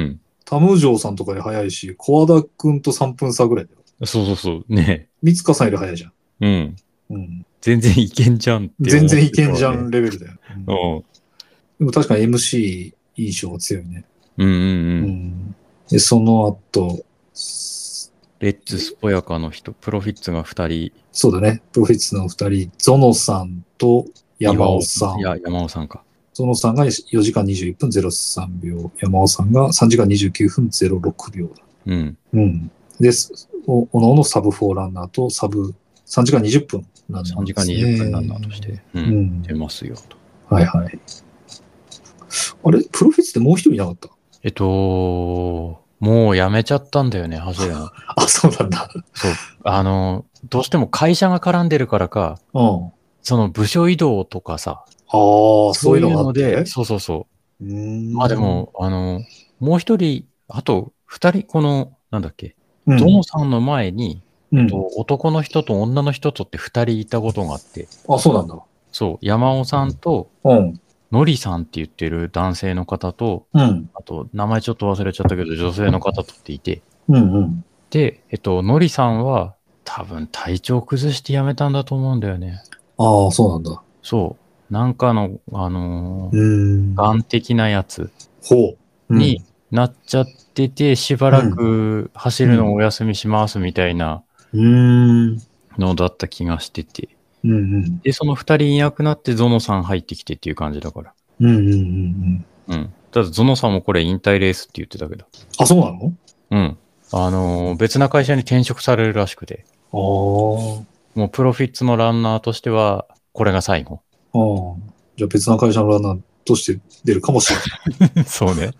Speaker 2: ん
Speaker 1: タムジョーさんとかより早いし、コアダくんと3分差ぐらいだよ。
Speaker 2: うん。そうそうそう。ね
Speaker 1: 三塚さんより早いじゃん。
Speaker 2: え。うん。
Speaker 1: うん、
Speaker 2: 全然いけんじゃんって思ってたわ
Speaker 1: 全
Speaker 2: ね
Speaker 1: 然いけんじゃんレベルだよ。うん
Speaker 2: うん。
Speaker 1: でも確かに MC 印象が強いね。
Speaker 2: うんうん
Speaker 1: う
Speaker 2: うん。
Speaker 1: んで、その後、
Speaker 2: レッツ・スポヤカの人、プロフィッツが2人、
Speaker 1: そうだね、プロフィッツのお二人、ゾノさんと山尾さん
Speaker 2: い。や、山尾さんか。
Speaker 1: ゾノさんが4時間21分03秒、山尾さんが3時間29分06秒だ。
Speaker 2: うん。
Speaker 1: うん。です。おおのおのサブ4ランナーとサブ3時間20分ランナー
Speaker 2: 3時間
Speaker 1: ですね
Speaker 2: 20分ランナーとし。て、う、
Speaker 1: うんん。
Speaker 2: 出ますよと。
Speaker 1: はいはい。あれプロフィッツってもう一人いなかった
Speaker 2: えっと、もうやめちゃったんだよね、走 るの。
Speaker 1: あ、そうなんだ。
Speaker 2: あの、どうしても会社が絡んでるからか、
Speaker 1: うん。
Speaker 2: その部署移動とかさ、
Speaker 1: ああ、そういうのがあ
Speaker 2: の
Speaker 1: って。
Speaker 2: で、そうそうそうう。
Speaker 1: ん
Speaker 2: まあで、も、あの、もう一人、あと二人、この、なんだっけ、
Speaker 1: うん
Speaker 2: ゾノさんの前に、
Speaker 1: うん
Speaker 2: と男の人と女の人とって二人いたことがあって、
Speaker 1: あ、そうなんだ。
Speaker 2: そう、山尾さんと、
Speaker 1: うん。
Speaker 2: のりさんって言ってる男性の方と、
Speaker 1: うん。
Speaker 2: あと、名前ちょっと忘れちゃったけど、女性の方とっていて、
Speaker 1: うんうん。
Speaker 2: で、えっと、のりさんは、多分体調崩して辞めたんだと思うんだよね。
Speaker 1: ああ、そうなんだ。
Speaker 2: そう。なんかの、あの
Speaker 1: う
Speaker 2: ー、
Speaker 1: ん。
Speaker 2: がん的なやつ
Speaker 1: ほう。
Speaker 2: になっちゃってて、しばらく走るのお休みしますみたいな
Speaker 1: うん。うん。
Speaker 2: のだった気がしてて。
Speaker 1: うんうん。
Speaker 2: で、その二人いなくなって、ゾノさん入ってきてっていう感じだから。
Speaker 1: うんうんうんうん。
Speaker 2: うん。ただ、ゾノさんもこれ引退レースって言ってたけど。
Speaker 1: あ、そうなの
Speaker 2: うん。あのー別な会社に転職されるらしくて。
Speaker 1: あ
Speaker 2: もうプロフィッツのランナーとしては、これが最後。
Speaker 1: あ。ああ。じゃあ別な会社のランナーとして出るかもしれない。
Speaker 2: そうね。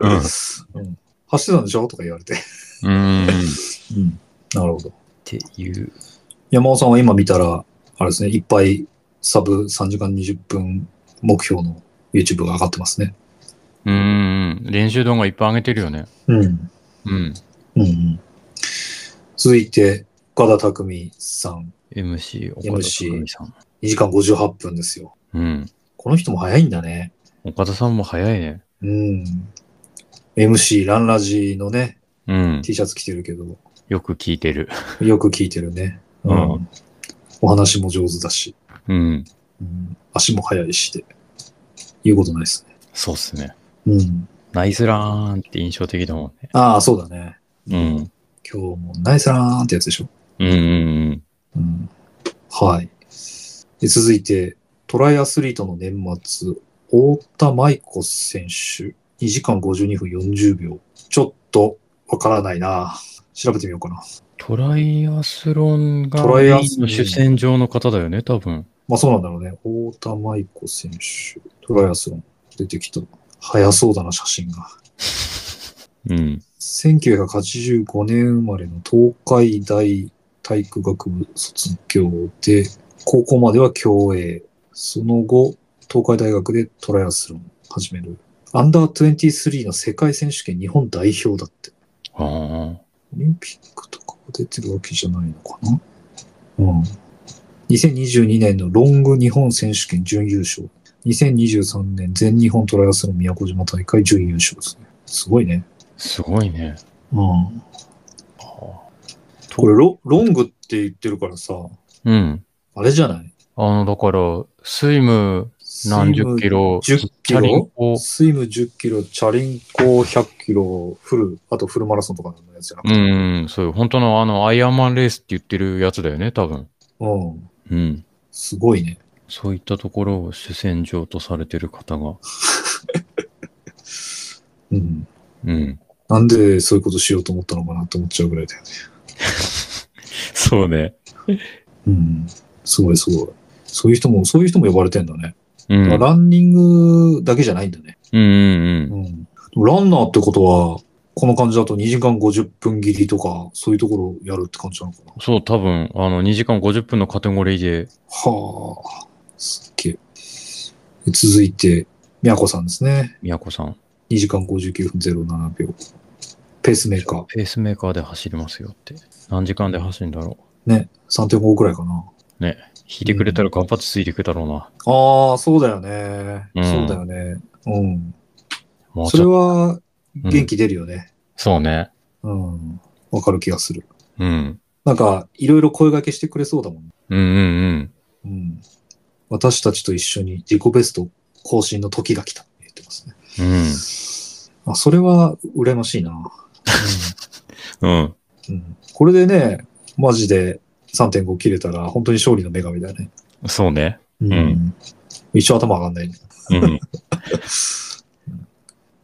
Speaker 1: うん走ってたんでしょとか言われて。
Speaker 2: うん。っ
Speaker 1: うん。なるほど。
Speaker 2: ていう。
Speaker 1: 山尾さんは今見たら、あれですね、いっぱいサブ3時間20分目標の YouTube が上がってますね。
Speaker 2: うん。練習動画いっぱい上げてるよね。
Speaker 1: うん。
Speaker 2: うん。
Speaker 1: うんうん。続いて、岡田拓海さん、
Speaker 2: MC、岡田
Speaker 1: MC
Speaker 2: 拓海さん。
Speaker 1: 2時間58分ですよ。
Speaker 2: うん。
Speaker 1: この人も早いんだね。
Speaker 2: 岡田さんも早いね。
Speaker 1: うん。MC、ランラジのね、
Speaker 2: うん。
Speaker 1: T シャツ着てるけど、
Speaker 2: よく聞いてる。
Speaker 1: よく聞いてるね。
Speaker 2: う
Speaker 1: お話も上手だし、
Speaker 2: うん。
Speaker 1: うん足も速いしで、言うことないですね。
Speaker 2: そうっすね。
Speaker 1: うん。
Speaker 2: ナイスラーンって印象的だもんね。
Speaker 1: ああ、そうだね。
Speaker 2: うん。
Speaker 1: 今日もナイスラーンってやつでしょ。
Speaker 2: うんうん
Speaker 1: うん。はい。で続いて、トライアスリートの年末、太田舞子選手、2時間52分40秒。ちょっとわからないな。調べてみようかな。
Speaker 2: トライアスロンが
Speaker 1: トライアスロン
Speaker 2: 主戦場の方だよね、多分。
Speaker 1: まあそうなんだろうね。太田舞子選手、トライアスロン、出てきた。早そうだな、写真が。
Speaker 2: うん。
Speaker 1: 1985年生まれの東海大体育学部卒業で、高校までは競泳。その後、東海大学でトライアスロンを始める。アンダー23の世界選手権日本代表だって。
Speaker 2: ああ。
Speaker 1: オリンピックとかが出てるわけじゃないのかなうん。2022年のロング日本選手権準優勝。2023年全日本トライアスロン宮古島大会準優勝ですね。すごいね。
Speaker 2: すごいね。
Speaker 1: うん。
Speaker 2: あ
Speaker 1: これロ、ロングって言ってるからさ、
Speaker 2: うん。
Speaker 1: あれじゃない
Speaker 2: あの、だから、スイム何十キロ、
Speaker 1: スイム10キ
Speaker 2: チャリン
Speaker 1: ロ
Speaker 2: コ、
Speaker 1: スイム10キロ、チャリンコ100キロ、フル、あとフルマラソンとかのやつじゃなく
Speaker 2: う
Speaker 1: て。
Speaker 2: ん、そういう、本当のあの、アイアンマンレースって言ってるやつだよね、多分。
Speaker 1: うん。
Speaker 2: うん。
Speaker 1: すごいね。
Speaker 2: そういったところを主戦場とされてる方が。
Speaker 1: うん。
Speaker 2: うん。
Speaker 1: なんでそういうことしようと思ったのかなって思っちゃうぐらいだよね。
Speaker 2: そうね。
Speaker 1: うん。すごいすごい。そういう人も、そういう人も呼ばれてんだね。
Speaker 2: うん。うん
Speaker 1: ランニングだけじゃないんだね。
Speaker 2: うんうん。
Speaker 1: うん。でもランナーってことは、この感じだと2時間50分切りとか、そういうところをやるって感じなのかな。
Speaker 2: そう、多分、あの、2時間50分のカテゴリーで、
Speaker 1: はあ、すっげえ。続いて、みやこさんですね。
Speaker 2: 宮子さん、
Speaker 1: 2時間59分07秒。ペースメーカー。
Speaker 2: ペースメーカーで走りますよって。何時間で走るんだろ
Speaker 1: ね。3.5くらいかな。
Speaker 2: う。ね。引いてくれたら頑張ってついてくれたろうな。
Speaker 1: ああ、そうだよね。
Speaker 2: うん
Speaker 1: そうだよね。うん。
Speaker 2: もう
Speaker 1: そ
Speaker 2: ち
Speaker 1: れ
Speaker 2: ょっ
Speaker 1: は、
Speaker 2: と
Speaker 1: 元。気出るよね。
Speaker 2: うんそうね。
Speaker 1: うん。わかる気がする。
Speaker 2: うん。
Speaker 1: なんか、いろいろ声掛けしてくれそうだもん。
Speaker 2: うんうん
Speaker 1: うん。私たちと一緒に自己ベスト更新の時が来た。言ってますね。
Speaker 2: うん。うん。
Speaker 1: あ、それは羨ましいな。
Speaker 2: うん。
Speaker 1: うん、これでね、マジで3.5切れたら本当に勝利の女神だよね。
Speaker 2: そうね。
Speaker 1: うん
Speaker 2: ん
Speaker 1: 一生頭上がんない、ね。
Speaker 2: うん。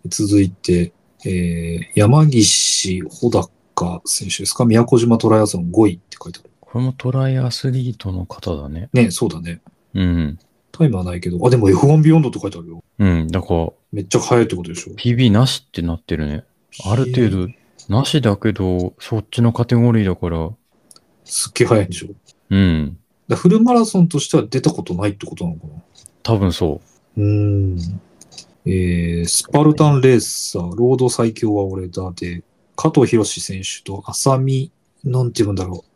Speaker 1: 続いて、えー、山岸穂高選手ですか宮古島トライアスロン5位って書いてある。
Speaker 2: これもトライアスリートの方だね。
Speaker 1: ね、そうだね。
Speaker 2: うん。
Speaker 1: タイムはないけど、あ、でも F1 ビヨンドって書いてあるよ。
Speaker 2: うん。だから、
Speaker 1: めっちゃ速いってことでしょ。
Speaker 2: PB なしってなってるね。ある程度。、なしだけど、そっちのカテゴリーだから、
Speaker 1: すっげえ速いんでしょ。だか
Speaker 2: うん。
Speaker 1: らフルマラソンとしては出たことないってことなのかな。
Speaker 2: 多分そう
Speaker 1: ーん。えー、スパルタンレーサー、ロード最強は俺だで、加藤博士選手と浅見、なんて言うんだろう。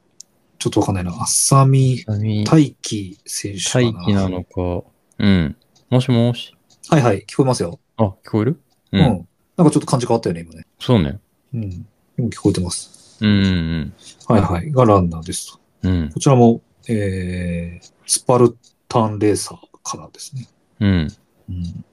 Speaker 1: ちょっとわかんないな。浅見
Speaker 2: う。大
Speaker 1: 大輝選手か
Speaker 2: 大
Speaker 1: な。
Speaker 2: 気なのか。うん。もしもし。
Speaker 1: はいはい、聞こえますよ。
Speaker 2: あ、聞こえるう。
Speaker 1: うんん。なんかちょっと感じ変わったよね、今ね。
Speaker 2: そうね。
Speaker 1: うん。今聞こえてます。
Speaker 2: うんうん
Speaker 1: はいはい。がランナーですと。
Speaker 2: うん。うん。
Speaker 1: こちらも、えー、スパルタンレーサーからですね。
Speaker 2: うん。
Speaker 1: うん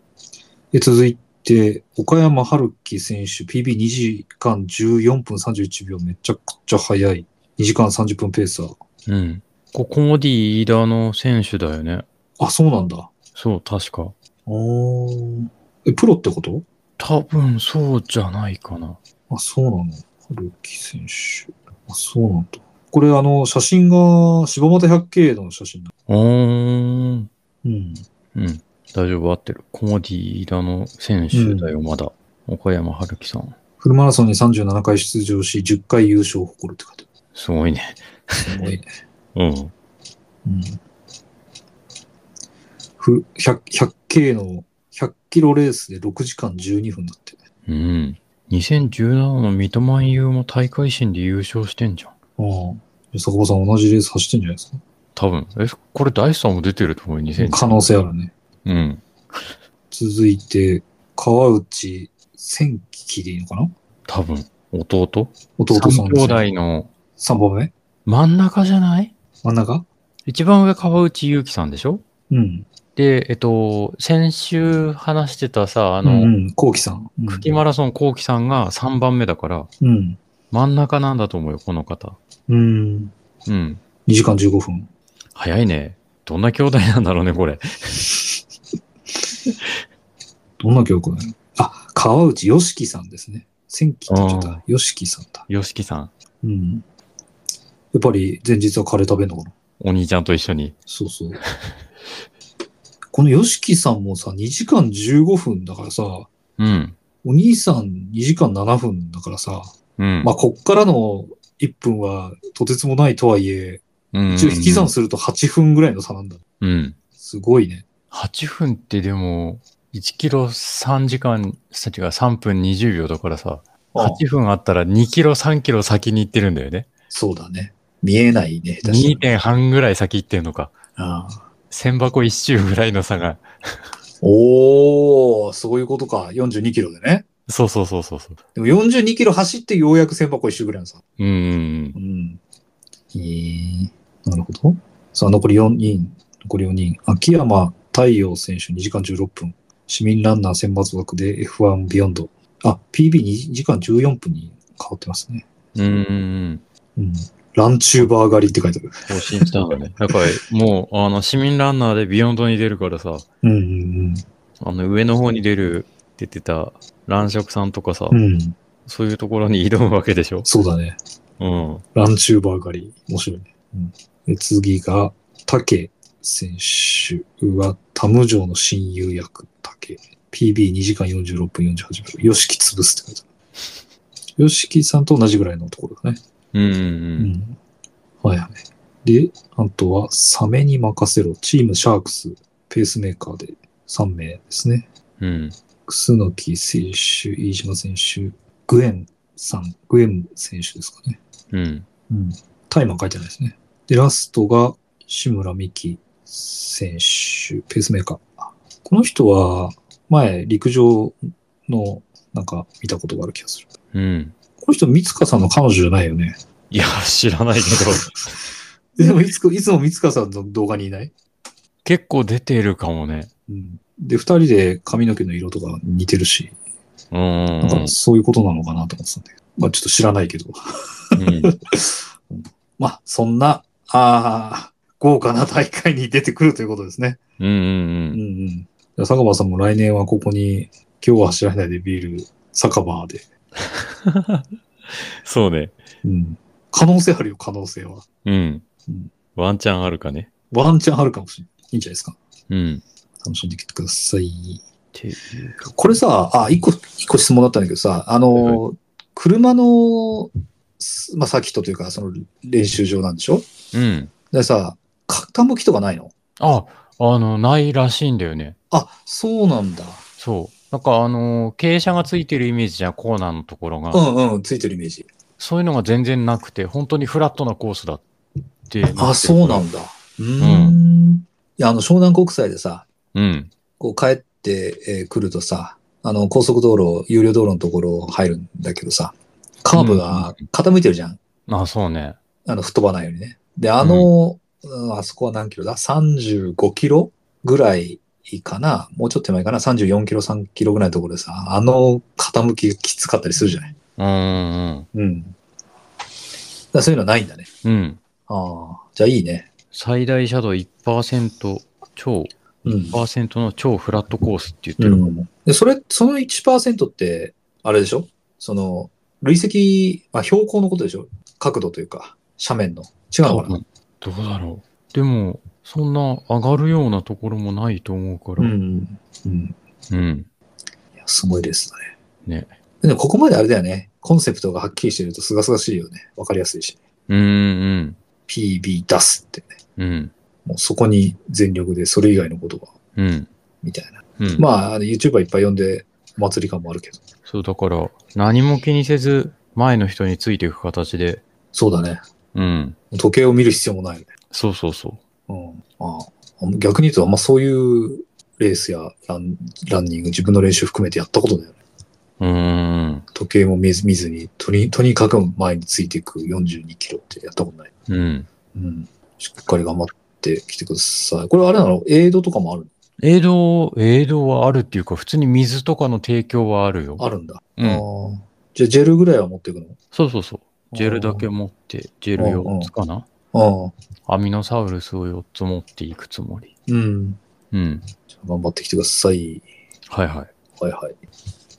Speaker 1: で続いて、岡山春樹選手、PB2 時間14分31秒、めちゃくちゃ速い。2時間30分ペースー。
Speaker 2: うん。こコモディイイダの選手だよね。
Speaker 1: あ、そうなんだ。
Speaker 2: そう、確か。
Speaker 1: おーえ、プロってこと
Speaker 2: 多分そうじゃないかな。
Speaker 1: あ、そうなの。春樹選手。あ、そうなんだ。これ、あの、写真が、柴又 100K の写真だ。
Speaker 2: おーん。
Speaker 1: うん。
Speaker 2: うん。大丈夫、合ってる。コモディイイダの選手だよ、まだ。岡山春樹さん。
Speaker 1: フルマラソンに37回出場し、10回優勝を誇るって書いて
Speaker 2: すごいね。
Speaker 1: ある。すごいね。
Speaker 2: うん。
Speaker 1: うんふ 100, 100K の100キロレースで6時間12分だって。
Speaker 2: うん。2017の三笘優も大会新で優勝してんじゃん。
Speaker 1: ああ。坂本さん同じレース走ってんじゃないですか
Speaker 2: 多分。え、これ大地さんも出てると思うよ、2017。
Speaker 1: 可能性あるね。
Speaker 2: うん。
Speaker 1: 続いて、川内千輝でいいのかな
Speaker 2: 多分。弟
Speaker 1: 弟さんで
Speaker 2: 三
Speaker 1: すね。
Speaker 2: 兄弟の
Speaker 1: 3本目
Speaker 2: 真ん中じゃない
Speaker 1: 真ん中
Speaker 2: 一番上川内優輝さんでしょ
Speaker 1: うん。
Speaker 2: で、えっと、先週話してたさ、あ
Speaker 1: あ
Speaker 2: の、
Speaker 1: うんうん、こうきさん。うん
Speaker 2: 茎マラソンこうきさんが3番目だから、
Speaker 1: うん。
Speaker 2: 真ん中なんだと思うよ、この方。
Speaker 1: うん。
Speaker 2: うん。
Speaker 1: 2時間15分。
Speaker 2: 早いね。どんな兄弟なんだろうね、これ。
Speaker 1: どんな記憶だよ。あ、川内よしきさんですね。千輝って言っちゃっ
Speaker 2: あ
Speaker 1: た。よしきさんだ。
Speaker 2: よしきさん、
Speaker 1: うん。やっぱり前日はカレー食べるのかな
Speaker 2: お兄ちゃんと一緒に。
Speaker 1: そう そう。この YOSHIKI さんもさ、2時間15分だからさ、
Speaker 2: うん。
Speaker 1: お兄さん2時間7分だからさ、
Speaker 2: うん。
Speaker 1: まあ、こっからの1分はとてつもないとはいえ、
Speaker 2: うん、
Speaker 1: 一応引き算すると8分ぐらいの差なんだ。
Speaker 2: うん。
Speaker 1: すごいね。
Speaker 2: 8分ってでも、1キロ3時間、さ違う、3分20秒だからさ、8分あったら2キロ3キロ先に行ってるんだよね。
Speaker 1: そうだね。見えないね。下手し
Speaker 2: 2点半ぐらい先行ってるのか。
Speaker 1: たらああ
Speaker 2: 千箱一周ぐらいの差が。
Speaker 1: おー、そういうことか。42キロでね。
Speaker 2: そうそうそうそうそう。
Speaker 1: でも42キロ走ってようやく千箱一周ぐらいの差。
Speaker 2: うんうん
Speaker 1: うん。えー、なるほど。さあ、残り4人、残り4人。秋山太陽選手2時間16分。市民ランナー選抜枠で F1 ビヨンド。あ、PB2 時間14分に変わってますね。
Speaker 2: うん。うんうんうん。
Speaker 1: うん。ランチューバー狩りって書いてある。
Speaker 2: 更新したんだ ね。だから、もう、あの、市民ランナーでビヨンドに出るからさ、
Speaker 1: うんうん
Speaker 2: あの、上の方に出る、出てた、乱食さんとかさ、
Speaker 1: うん。うん。
Speaker 2: そういうところに挑むわけでしょ
Speaker 1: そうだね。
Speaker 2: うん。
Speaker 1: ランチューバー狩り。面白いね。うん、で次が、竹選手は、タム城の親友役、竹。PB2 時間46分48秒。吉木潰すって書いてある。吉木さんと同じぐらいのところだね。
Speaker 2: うんうん
Speaker 1: う
Speaker 2: うん。
Speaker 1: ん。はいはい。で、あとは、サメに任せろ。チームシャークス、ペースメーカーで3名ですね。
Speaker 2: うん。
Speaker 1: 楠木選手、飯島選手、グエンさん、グエン選手ですかね。
Speaker 2: うん。
Speaker 1: うん。タイマー書いてないですね。で、ラストが、志村美希選手、ペースメーカー。この人は、前、陸上の、なんか、見たことがある気がする。
Speaker 2: うん。
Speaker 1: この人、三塚さんの彼女じゃないよね。
Speaker 2: いや、知らないけ ど、
Speaker 1: でも、いつか、いつも三塚さんの動画にいない
Speaker 2: 結構出てるかもね。
Speaker 1: うん。で、二人で髪の毛の色とか似てるし、
Speaker 2: うんうん
Speaker 1: なんかそういうことなのかなと思ってたんで、まあちょっと知らないけど。
Speaker 2: うん。うん
Speaker 1: まあそんな、ああ、豪華な大会に出てくるということですね。
Speaker 2: うんうん
Speaker 1: う。んうん。じゃあ坂場さんも来年はここに、今日は走らないでビール、酒場で。
Speaker 2: そうね。
Speaker 1: うん。可能性あるよ、可能性は。
Speaker 2: うん
Speaker 1: うん。
Speaker 2: ワンチャンあるかね。
Speaker 1: ワンチャンあるかもしれない。いいんじゃないですか。
Speaker 2: うん。
Speaker 1: 楽しんできてください。
Speaker 2: ていうか。
Speaker 1: これさ、あ、一個、一個質問だったんだけどさ、あの、
Speaker 2: はい
Speaker 1: 車の、すまあ、サーキットというか、その練習場なんでしょ
Speaker 2: うん。
Speaker 1: でさ、傾きとかないの
Speaker 2: あ、あの、ないらしいんだよね。
Speaker 1: あ、そうなんだ。
Speaker 2: そう。なんかあのー傾斜がついてるイメージじゃん、コーナーのところが。
Speaker 1: うんうん、ついてるイメージ。
Speaker 2: そういうのが全然なくて、本当にフラットなコースだってってる
Speaker 1: あ、そうなんだ。うーん。いや、あの、湘南国際でさ、
Speaker 2: うん。
Speaker 1: こう帰って、えー来るとさ、あの、高速道路、有料道路のところ入るんだけどさ、カーブが傾いてるじゃん。
Speaker 2: あ、そうね。
Speaker 1: あの、吹っ飛ばないようにね。で、あの、うんあそこは何キロだ ?35 キロぐらいかなもうちょっと手前かな ?34 キロ、3キロぐらいのところでさ、あの傾きがきつかったりするじゃない
Speaker 2: うんうん
Speaker 1: うん。だからそういうのはないんだね。
Speaker 2: うん。うん。
Speaker 1: ああ、じゃあいいね。
Speaker 2: 最大斜度1%、超、
Speaker 1: うん。
Speaker 2: 1%の超フラットコースって言って
Speaker 1: う
Speaker 2: る。
Speaker 1: ん、で、それ、その1%って、あれでしょその、累積、まあ、標高のことでしょ角度というか、斜面の。違うのかな
Speaker 2: どうだろう。でも、そんな上がるようなところもないと思うか
Speaker 1: う
Speaker 2: ら。
Speaker 1: ん。うん。
Speaker 2: うん。
Speaker 1: いやすごいですね。
Speaker 2: ね。
Speaker 1: でも、ここまであれだよね。コンセプトがはっきりしてると、すがすがしいよね。わかりやすいし。
Speaker 2: うん
Speaker 1: PB 出すってね。
Speaker 2: うん。うん。
Speaker 1: もうそこに全力で、それ以外のことは、
Speaker 2: うん。
Speaker 1: みたいな。
Speaker 2: うん。
Speaker 1: まあ、あの YouTuber いっぱい呼んで、お祭り感もあるけど。
Speaker 2: そう、だから、何も気にせず、前の人についていく形で、
Speaker 1: そうだね。
Speaker 2: うん。
Speaker 1: 時計を見る必要もないよね。
Speaker 2: そうそうそう。
Speaker 1: うん。まあ、逆に言うと、あんまそういうレースやランランニング、自分の練習含めてやったことだよね。
Speaker 2: うーん。
Speaker 1: 時計も見ず見ずに、とにとにかく前についていく42キロってやったことない。
Speaker 2: うん。
Speaker 1: うん。しっかり頑張ってきてください。これあれなのエイドとかもある
Speaker 2: 映像、映像はあるっていうか、普通に水とかの提供はあるよ。
Speaker 1: あるんだ。
Speaker 2: うん
Speaker 1: あーじゃあジェルぐらいは持っていくの
Speaker 2: そうそうそう。ジェルだけ持って、ジェル4つかな。
Speaker 1: ああ。
Speaker 2: アミノサウルスを4つ持っていくつもり。
Speaker 1: うん。
Speaker 2: うん。
Speaker 1: じゃあ頑張ってきてください。
Speaker 2: はいはい。
Speaker 1: はいはい。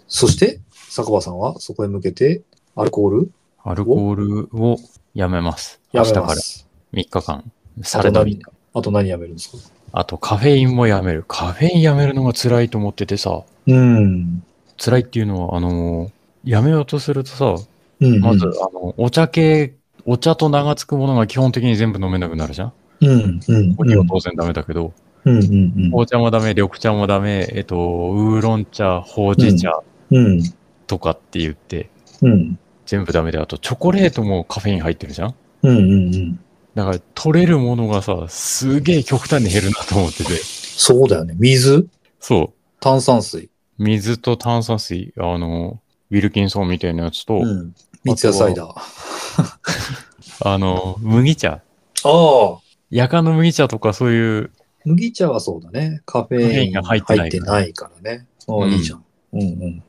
Speaker 1: そして、坂場さんはそこへ向けて、アルコール
Speaker 2: アルコールをやめます。
Speaker 1: やめ
Speaker 2: 明日か
Speaker 1: ま
Speaker 2: ら
Speaker 1: す。
Speaker 2: 3日間。されたみ
Speaker 1: あと何やめるんですか
Speaker 2: あとカフェインもやめる。カフェインやめるのが辛いと思っててさ、
Speaker 1: うん。
Speaker 2: 辛いっていうのは、あのーやめようとするとさ、
Speaker 1: うん
Speaker 2: まず、あの、お茶系、お茶と名が付くものが基本的に全部飲めなくなるじゃん
Speaker 1: うん、うん。
Speaker 2: コーヒーは当然ダメだけど、
Speaker 1: うん、うん、
Speaker 2: 紅茶もダメ、緑茶もダメ、えっと、ウーロン茶、ほうじ茶
Speaker 1: うん。うん、
Speaker 2: とかって言って、
Speaker 1: うん、
Speaker 2: 全部ダメで、あとチョコレートもカフェイン入ってるじゃん
Speaker 1: うん、うんうん。
Speaker 2: だから取れるものがさ、すげえ極端に減るなと思ってて。
Speaker 1: そうだよね。水、
Speaker 2: そ
Speaker 1: 炭酸水、
Speaker 2: う。水と炭酸水、あの、ウィルキンソンみたいなやつと、
Speaker 1: うん、三ツ矢サイダー。あ
Speaker 2: あの、麦茶。
Speaker 1: あ、
Speaker 2: 夜間の麦茶とかそういう、
Speaker 1: 麦茶はそうだね。カフ
Speaker 2: カフェ
Speaker 1: ェイ
Speaker 2: イン
Speaker 1: ン
Speaker 2: が
Speaker 1: が
Speaker 2: 入
Speaker 1: 入
Speaker 2: っ
Speaker 1: ってて
Speaker 2: な
Speaker 1: ないい
Speaker 2: から
Speaker 1: からね。ああ、
Speaker 2: うん
Speaker 1: いいじゃん。うん、うん。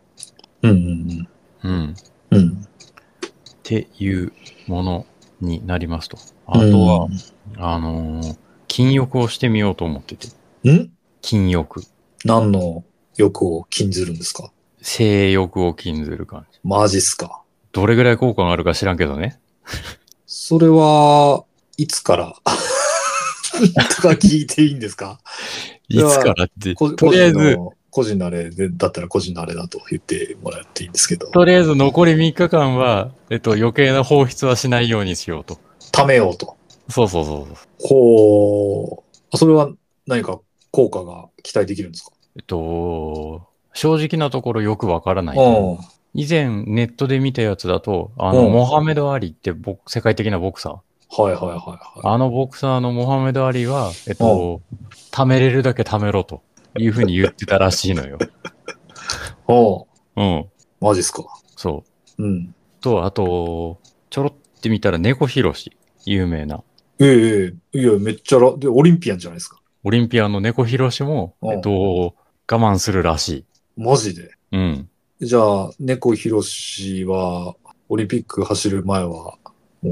Speaker 1: うん、うん、
Speaker 2: うん、っ
Speaker 1: うん。うん。
Speaker 2: ていうものになりますと。あとは、あのー禁欲をしてみようと思ってて。
Speaker 1: うん、ん
Speaker 2: 禁欲。
Speaker 1: 何の欲を禁ずるんですか
Speaker 2: 性欲を禁ずる感じ。
Speaker 1: マジっすか。
Speaker 2: どれぐらい効果があるか知らんけどね。
Speaker 1: それは、いつから とか聞いていいんですか
Speaker 2: いつからって。
Speaker 1: こと
Speaker 2: りあえ
Speaker 1: 個人
Speaker 2: ず、
Speaker 1: の個人のあれで、だったら個人のあれだと言ってもらっていいんですけど、
Speaker 2: とりあえず残り3日間は、えっと、余計な放出はしないようにしようと。
Speaker 1: 貯めようと。
Speaker 2: そうそうそうそう。
Speaker 1: ほう。あそれは何か効果が期待できるんですか
Speaker 2: えっと、正直なところよくわからない。
Speaker 1: うん。
Speaker 2: 以前ネットで見たやつだと、あの、
Speaker 1: うん
Speaker 2: モハメド・アリってボク世界的なボクサー。
Speaker 1: はいはいはいは
Speaker 2: あのボクサーのモハメド・アリは、えっと、貯めれるだけ貯めろというふうに言ってたらしいのよ。
Speaker 1: い。ほ
Speaker 2: う ん。
Speaker 1: う。マジっすか。
Speaker 2: そう。
Speaker 1: うん。
Speaker 2: と、あと、ちょろって見たら猫ひろし、有名な。
Speaker 1: ええええいや、めっちゃら、で、オリンピアンじゃないですか。
Speaker 2: オリンピアンの猫ひろしも、
Speaker 1: うん
Speaker 2: えっと、我慢するらし
Speaker 1: マジで。
Speaker 2: い。うん。
Speaker 1: じゃあ、猫ひろしは、オリンピック走る前は、も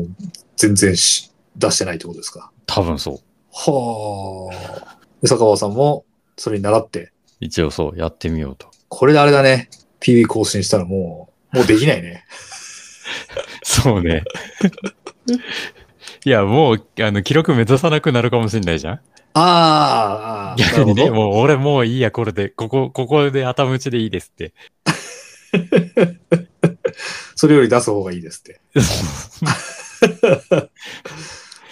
Speaker 1: う、全然し出してないってことですか
Speaker 2: 多分そう。
Speaker 1: はあ。で坂川さんも、それに習って、
Speaker 2: 一応そう、やってみようと。
Speaker 1: これであれだね、PB 更新したらもう、もうできない ね。
Speaker 2: そう ね。いや、もう、あの、記録目指さなくなるかもしれないじゃん。
Speaker 1: あーあー、
Speaker 2: 逆に
Speaker 1: な
Speaker 2: ね、
Speaker 1: るほど
Speaker 2: もう俺もういいや、これで、ここ、ここで頭打ちでいいですって。
Speaker 1: それより出す方がいいですって。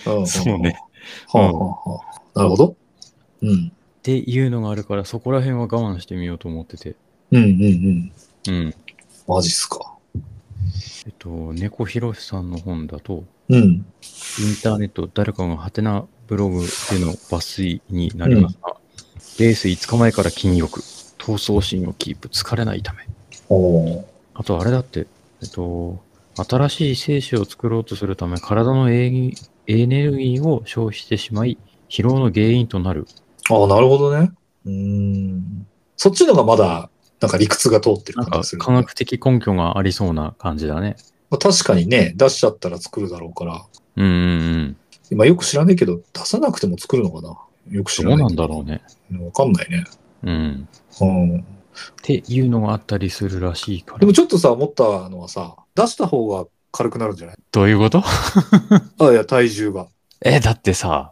Speaker 1: うん
Speaker 2: そうね。
Speaker 1: はあはあはあなるほど。うん。
Speaker 2: っていうのがあるから、そこら辺は我慢してみようと思ってて。
Speaker 1: うんうんうん。
Speaker 2: うん。
Speaker 1: マジっすか。
Speaker 2: えっと、猫ひろしさんの本だと、
Speaker 1: うん。
Speaker 2: インターネット誰かがハテナブログでの抜粋になりますが、レース5日前から禁欲、闘争心をキープ、疲れないため。
Speaker 1: おー
Speaker 2: あとあれだって、えっと、新しい精子を作ろうとするため、体のエネエネルギーを消費してしまい、疲労の原因となる。
Speaker 1: ああ、なるほどね。うーん。そっちのがまだ、なんか理屈が通ってる
Speaker 2: なん
Speaker 1: 感
Speaker 2: か
Speaker 1: じするね、
Speaker 2: 科学的根拠がありそうな感じだね。
Speaker 1: まあ確かにね、出しちゃったら作るだろうから、
Speaker 2: うんうんうん。
Speaker 1: 今よく知らないけど、出さなくても作るのかな。よく知
Speaker 2: ど
Speaker 1: ら
Speaker 2: う
Speaker 1: な
Speaker 2: ないん
Speaker 1: けど。
Speaker 2: だろうね。
Speaker 1: わかんないね。
Speaker 2: うん。
Speaker 1: うん。
Speaker 2: っていうのがあったりするらしいから。
Speaker 1: でもちょっとさ、思ったのはさ、出した方が軽くなるんじゃない
Speaker 2: どういうこと
Speaker 1: あ、いや、体重が。
Speaker 2: え、だってさ、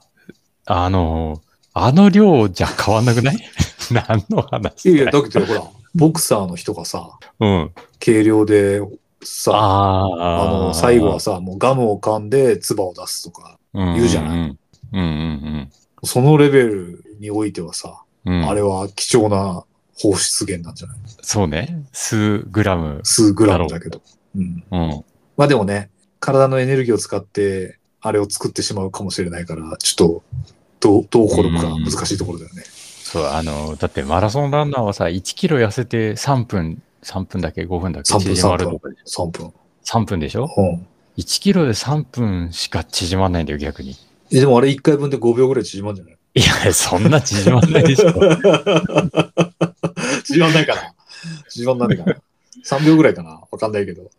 Speaker 2: あの、あの量じゃ変わんなくない 何の話
Speaker 1: いやいや、だけどほ ら、ボクサーの人がさ、
Speaker 2: うん。
Speaker 1: 軽量でさ、
Speaker 2: あ
Speaker 1: あ
Speaker 2: あ。。
Speaker 1: の、最後は、さ、もうガムを噛んで唾を出すとか、言うじゃない
Speaker 2: うんうん
Speaker 1: そのレベルにおいてはさ、
Speaker 2: うん。うん、
Speaker 1: あれは貴重な放出源なんじゃない
Speaker 2: そうね。数グラム。
Speaker 1: 数グラムだけど。うん。
Speaker 2: うん。
Speaker 1: まあでもね、体のエネルギーを使って、あれを作ってしまうかもしれないから、ちょっと、どう、どう転ぶか難しいところだよね。
Speaker 2: そう、あの、だってマラソンランナーはさ、1キロ痩せて3分、3分だけ、5分だけ
Speaker 1: 3分
Speaker 2: 縮まるとかで。
Speaker 1: 3分。
Speaker 2: 3分でしょ
Speaker 1: うん。
Speaker 2: ?1 キロで3分しか縮まんないんだよ、逆に。
Speaker 1: え、でもあれ1回分で5秒ぐらい縮まんじゃない
Speaker 2: いや、そんな縮まんないでしょ。
Speaker 1: 縮まんないかな縮まんないかな ?3 秒ぐらいかなわかんないけど。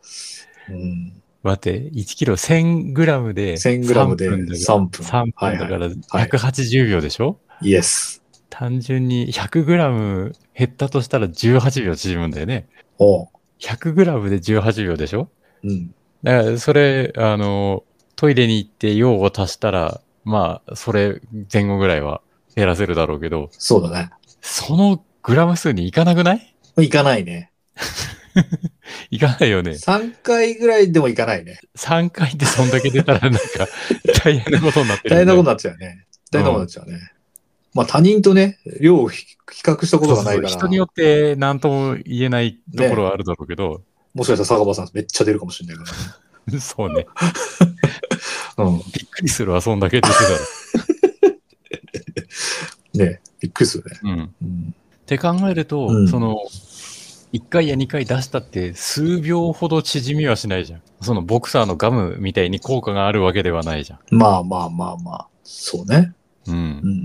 Speaker 1: うん。
Speaker 2: 待って、1キロ1000グラムで。
Speaker 1: 1000グラムで
Speaker 2: 3分だ
Speaker 1: 3分。
Speaker 2: 3分
Speaker 1: はい
Speaker 2: だ
Speaker 1: は
Speaker 2: から
Speaker 1: はい
Speaker 2: 180秒でしょ、
Speaker 1: い。イエス。
Speaker 2: 単純に100グラム減ったとしたら18秒縮むんだよね。
Speaker 1: おう。
Speaker 2: 100グラムで18秒でしょ
Speaker 1: うん。
Speaker 2: だからそれ、あの、トイレに行って用を足したら、まあ、それ前後ぐらいは減らせるだろうけど、
Speaker 1: そうだね。
Speaker 2: そのグラム数にいかなくない
Speaker 1: いかないね。
Speaker 2: いかないよね。
Speaker 1: 3回ぐらいでもいかないね。
Speaker 2: 3回でそんだけ出たらなん か大変なことになってる
Speaker 1: 大変
Speaker 2: よね、
Speaker 1: なことになっちゃうね。大変なことになっちゃうね。まあ他人とね、量を比比較したことがないから、
Speaker 2: そうそう人によって何とも言えないところはあるだろうけど、
Speaker 1: もしかしたら坂場さんめっちゃ出るかもしれないか
Speaker 2: そうね。
Speaker 1: ら。うん。
Speaker 2: びっくりするわ、そんだけ出て
Speaker 1: ねびっくりするね。
Speaker 2: たら。 うん。っ
Speaker 1: うん。
Speaker 2: て考えると、
Speaker 1: うん
Speaker 2: その、1回や2回出したって数秒ほど縮みはしないじゃん。そのボクサーのガムみたいに効果があるわけではないじゃ
Speaker 1: まあまあまあまあ。そうね。
Speaker 2: ん。う。
Speaker 1: うん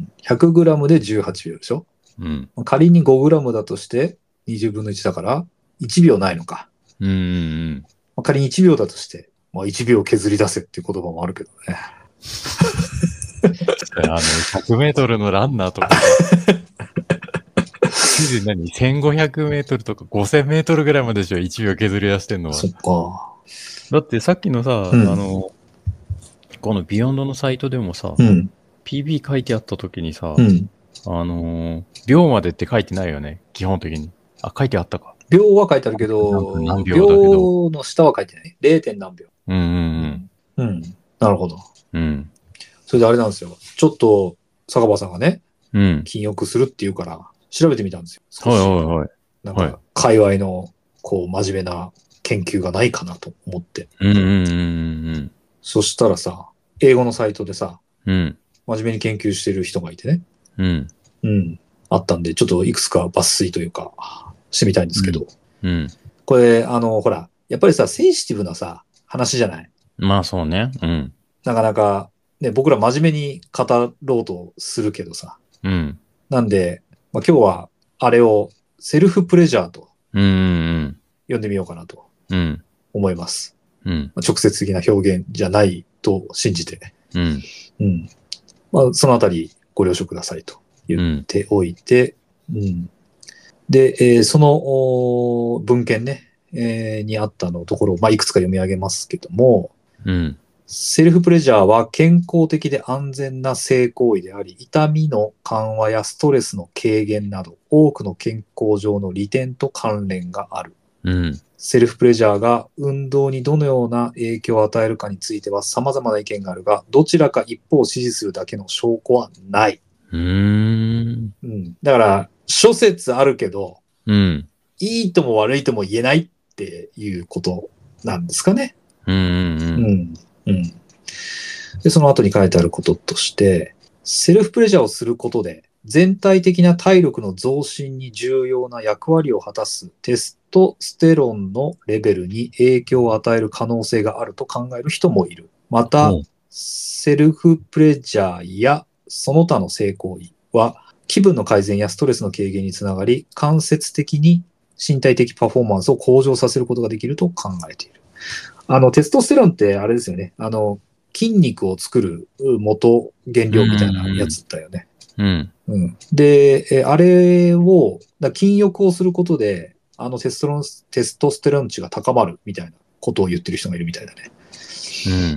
Speaker 1: ん。100g で18秒でしょ
Speaker 2: うん。
Speaker 1: 仮に 5g だとして20分の1だから1秒ないのか。
Speaker 2: うん。うん
Speaker 1: まあ仮に1秒だとして、まあ1秒削り出せっていう言葉もあるけどね。
Speaker 2: あの、100メートルのランナーとか。 何 ?1500 メートルとか5000メートルぐらいまででしょ ?1 秒削り出してんのは
Speaker 1: そ。っか。
Speaker 2: だってさっきのさ、
Speaker 1: うん
Speaker 2: あの、このビヨンドのサイトでもさ、
Speaker 1: うん。
Speaker 2: PB 書いてあった時にさ、
Speaker 1: うん。
Speaker 2: あのー秒までって書いてないよね、基本的に。あ、書いてあったか。
Speaker 1: 秒は書いてあるけど、
Speaker 2: 何秒だけど
Speaker 1: 秒の下は書いてない。0. 点何秒。
Speaker 2: うん
Speaker 1: う
Speaker 2: うん。
Speaker 1: うん。なるほど。
Speaker 2: うん。うん。
Speaker 1: それであれなんですよ。ちょっと、坂場さんがね、
Speaker 2: うん。
Speaker 1: 禁欲するっていうから、調べてみたんですよ。少
Speaker 2: はい
Speaker 1: し
Speaker 2: はいはい。
Speaker 1: なん
Speaker 2: はい
Speaker 1: か、界隈の、こう、真面目な研究がないかなと思って。
Speaker 2: うんうんうん
Speaker 1: そしたらさ、英語のサイトでさ、
Speaker 2: うん。うん。
Speaker 1: 真面目に研究してる人がいてね。
Speaker 2: うん。
Speaker 1: うん。あったんで、ちょっといくつか抜粋というか、してみたいんですけど。
Speaker 2: うん。
Speaker 1: これ、あの、ほら、やっぱりさ、センシティブなさ、話じゃない
Speaker 2: まあそうね。うん。
Speaker 1: なかなか、ね、僕ら真面目に語ろうとするけどさ。
Speaker 2: うん。
Speaker 1: なんで、まあ、今日は、あれを、セルフプレジャーと
Speaker 2: うんうん
Speaker 1: 読んでみようかなと
Speaker 3: うん。
Speaker 1: 思います。
Speaker 3: うん。
Speaker 1: まあ直接的な表現じゃないと信じて、
Speaker 3: うん。
Speaker 1: うん。まあ、そのあたりご了承くださいと
Speaker 3: うん。
Speaker 1: っておいて、うん。で、えーそのおー文献ね、えーにあったのところを、まあ、いくつか読み上げますけども、
Speaker 3: うん。
Speaker 1: セルフプレジャーは健康的で安全な性行為であり、痛みの緩和やストレスの軽減など、多くの健康上の利点と関連がある。
Speaker 3: うん。
Speaker 1: セルフプレジャーが運動にどのような影響を与えるかについては様々な意見があるが、どちらか一方を支持するだけの証拠はない。
Speaker 3: うーん。
Speaker 1: うん。だから、諸説あるけど、
Speaker 3: うん。
Speaker 1: いいとも悪いとも言えないっていうことなんですかね。
Speaker 3: うん。うん。うん。
Speaker 1: うん。うん。で、その後に書いてあることとして、セルフプレジャーをすることで、全体的な体力の増進に重要な役割を果たすテストステロンのレベルに影響を与える可能性があると考える人もいる。また
Speaker 3: おう、
Speaker 1: セルフプレジャーやその他の性行為は、気分の改善やストレスの軽減につながり、間接的に身体的パフォーマンスを向上させることができると考えている。あの、テストステロンってあれですよね。あの、筋肉を作る元原料みたいなやつだよね。
Speaker 3: うん。
Speaker 1: うん。で、えあれを、だ禁欲をすることで、あのテストロン、テストステロン値が高まるみたいなことを言ってる人がいるみたいだね。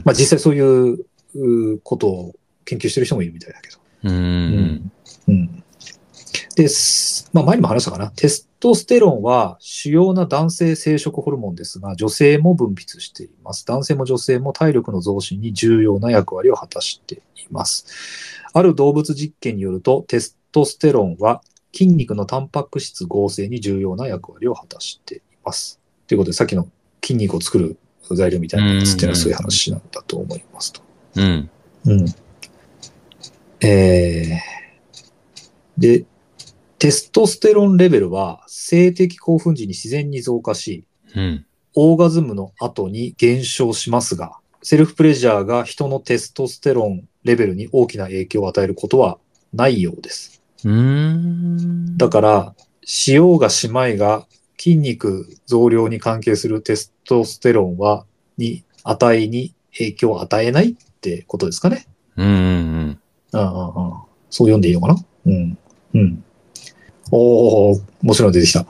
Speaker 1: まあ実際そういううーことを研究してる人もいるみたいだけど。
Speaker 3: うん。
Speaker 1: うん。で、すまあ、前にも話したかな。テストステロンは主要な男性生殖ホルモンですが、女性も分泌しています。男性も女性も体力の増進に重要な役割を果たしています。ある動物実験によると、テストステロンは筋肉のタンパク質合成に重要な役割を果たしています。ということで、さっきの筋肉を作る材料みたいなやつっていうのはそういう話なんだと思いますと。
Speaker 3: うん。
Speaker 1: うん。えー、で、テストステロンレベルは性的興奮時に自然に増加し、
Speaker 3: うん。
Speaker 1: オーガズムの後に減少しますが、セルフプレジャーが人のテストステロンレベルに大きな影響を与えることはないようです。
Speaker 3: うん。
Speaker 1: だから、使用がしまいが筋肉増量に関係するテストステロンは、に、値に影響を与えないってことですかね。
Speaker 3: うん。うん。
Speaker 1: ああああそう読んでいいのかなうん。うん。おお面白いの出てきた。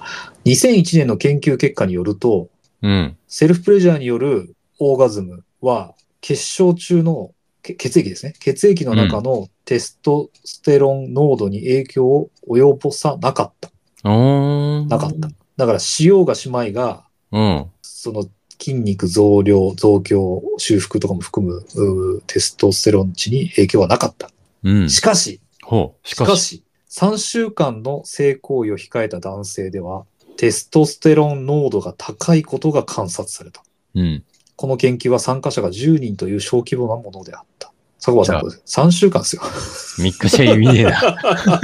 Speaker 1: 2001年の研究結果によると、
Speaker 3: うん。
Speaker 1: セルフプレジャーによるオーガズムは、血小中のけ血液ですね。血液の中のテストステロン濃度に影響を及ぼさなかった。
Speaker 3: お
Speaker 1: なかった。。だから、しようがしまいが、
Speaker 3: うん。
Speaker 1: その筋肉増量、増強、修復とかも含むうーテストステロン値に影響はなかった。
Speaker 3: うん。
Speaker 1: しかし、
Speaker 3: ほう。し
Speaker 1: し
Speaker 3: か
Speaker 1: か
Speaker 3: し。
Speaker 1: し、3週間の性行為を控えた男性では、テストステロン濃度が高いことが観察された。
Speaker 3: うん。
Speaker 1: この研究は参加者が10人という小規模なものであった。坂場さん、これ3週間ですよ。
Speaker 3: 3日じゃ意味ねえな。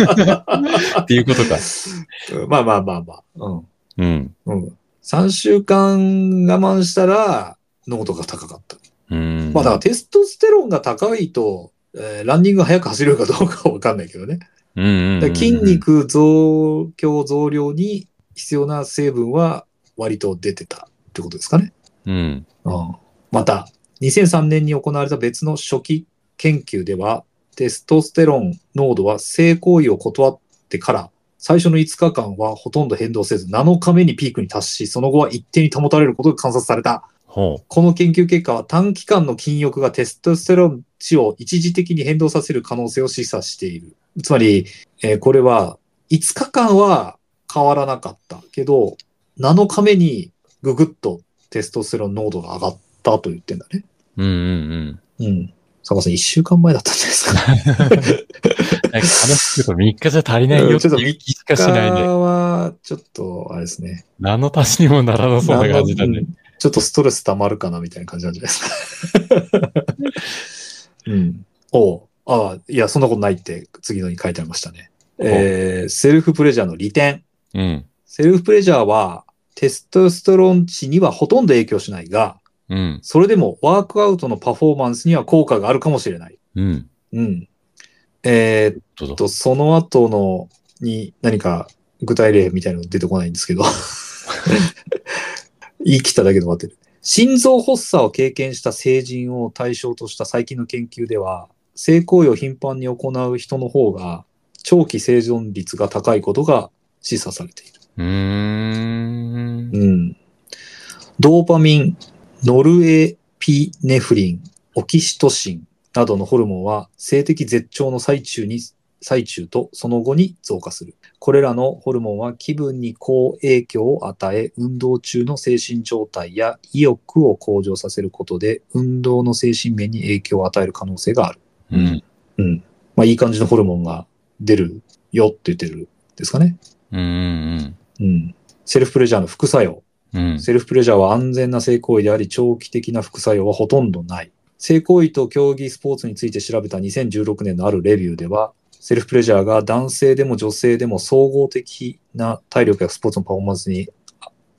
Speaker 3: っていうことか。
Speaker 1: まあまあまあまあ。
Speaker 3: うん。
Speaker 1: うん。うん。3週間我慢したら、濃度が高かった。
Speaker 3: うん。
Speaker 1: まあだからテストステロンが高いと、えーランニングが速く走れるかどうかはわかんないけどね。
Speaker 3: うんうん
Speaker 1: だ
Speaker 3: う
Speaker 1: か
Speaker 3: ん。
Speaker 1: ら筋肉増強増量に必要な成分は割と出てたってことですかね。
Speaker 3: うん。
Speaker 1: うん、また、2003年に行われた別の初期研究では、テストステロン濃度は性行為を断ってから、最初の5日間はほとんど変動せず、7日目にピークに達し、その後は一定に保たれることが観察された。
Speaker 3: ほ
Speaker 1: この研究結果は短期間の禁欲がテストステロン値を一時的に変動させる可能性を示唆している。つまり、えーこれは5日間は変わらなかったけど、7日目にぐぐっとテストステロン濃度が上がったと言ってんだね。
Speaker 3: う。うんうんうん。
Speaker 1: うん。坂本さん、1週間前だったんじゃないですか。
Speaker 3: なんか話すけど3日じゃ足りないよっていう気しかしないね。
Speaker 1: は、ちょっと、あれですね。
Speaker 3: 何の足しにもならな そうな感じだ
Speaker 1: あ
Speaker 3: ね
Speaker 1: の。うんちょっとストレス溜まるかなみたいな感じなんじゃないです か。うん。おうああ、いや、そんなことないって次のに書いてありましたね。えーセルフプレジャーの利点。
Speaker 3: うん。
Speaker 1: セルフプレジャーはテストステロン値にはほとんど影響しないが、
Speaker 3: うん。
Speaker 1: それでもワークアウトのパフォーマンスには効果があるかもしれない。
Speaker 3: うん。
Speaker 1: うん。えーっ
Speaker 3: どうぞ。
Speaker 1: と、その後のに何か具体例みたいなの出てこないんですけど、言い切っただけで終わってる。心臓発作を経験した成人を対象とした最近の研究では、性行為を頻繁に行う人の方が、長期生存率が高いことが示唆されている。
Speaker 3: うーん。
Speaker 1: うん。ドーパミン、ノルエピネフリン、オキシトシンなどのホルモンは性的絶頂の最中に、最中とその後に増加する。これらのホルモンは気分に好影響を与え、運動中の精神状態や意欲を向上させることで、運動の精神面に影響を与える可能性がある。
Speaker 3: うん。
Speaker 1: うん。まあ、いい感じのホルモンが出るよって言ってるんですかね。
Speaker 3: うん。
Speaker 1: うん。セルフプレジャーの副作用。
Speaker 3: うん。
Speaker 1: セルフプレジャーは安全な性行為であり、長期的な副作用はほとんどない。性行為と競技スポーツについて調べた2016年のあるレビューでは、セルフプレジャーが男性でも女性でも総合的な体力やスポーツのパフォーマンスに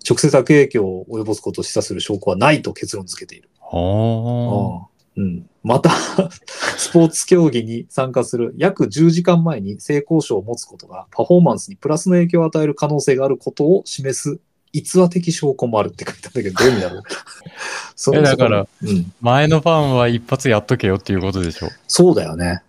Speaker 1: 直接悪影響を及ぼすことを示唆する証拠はないと結論付けている。
Speaker 3: は
Speaker 1: ああうん、また、 スポーツ競技に参加する約10時間前に性交渉を持つことがパフォーマンスにプラスの影響を与える可能性があることを示す逸話的証拠もあるって書いてあるんだけど、どういう意味だろうそ
Speaker 2: えだから、
Speaker 1: そこうん、
Speaker 2: 前のファンは一発やっとけよっていうことでしょ。
Speaker 1: そうだよね。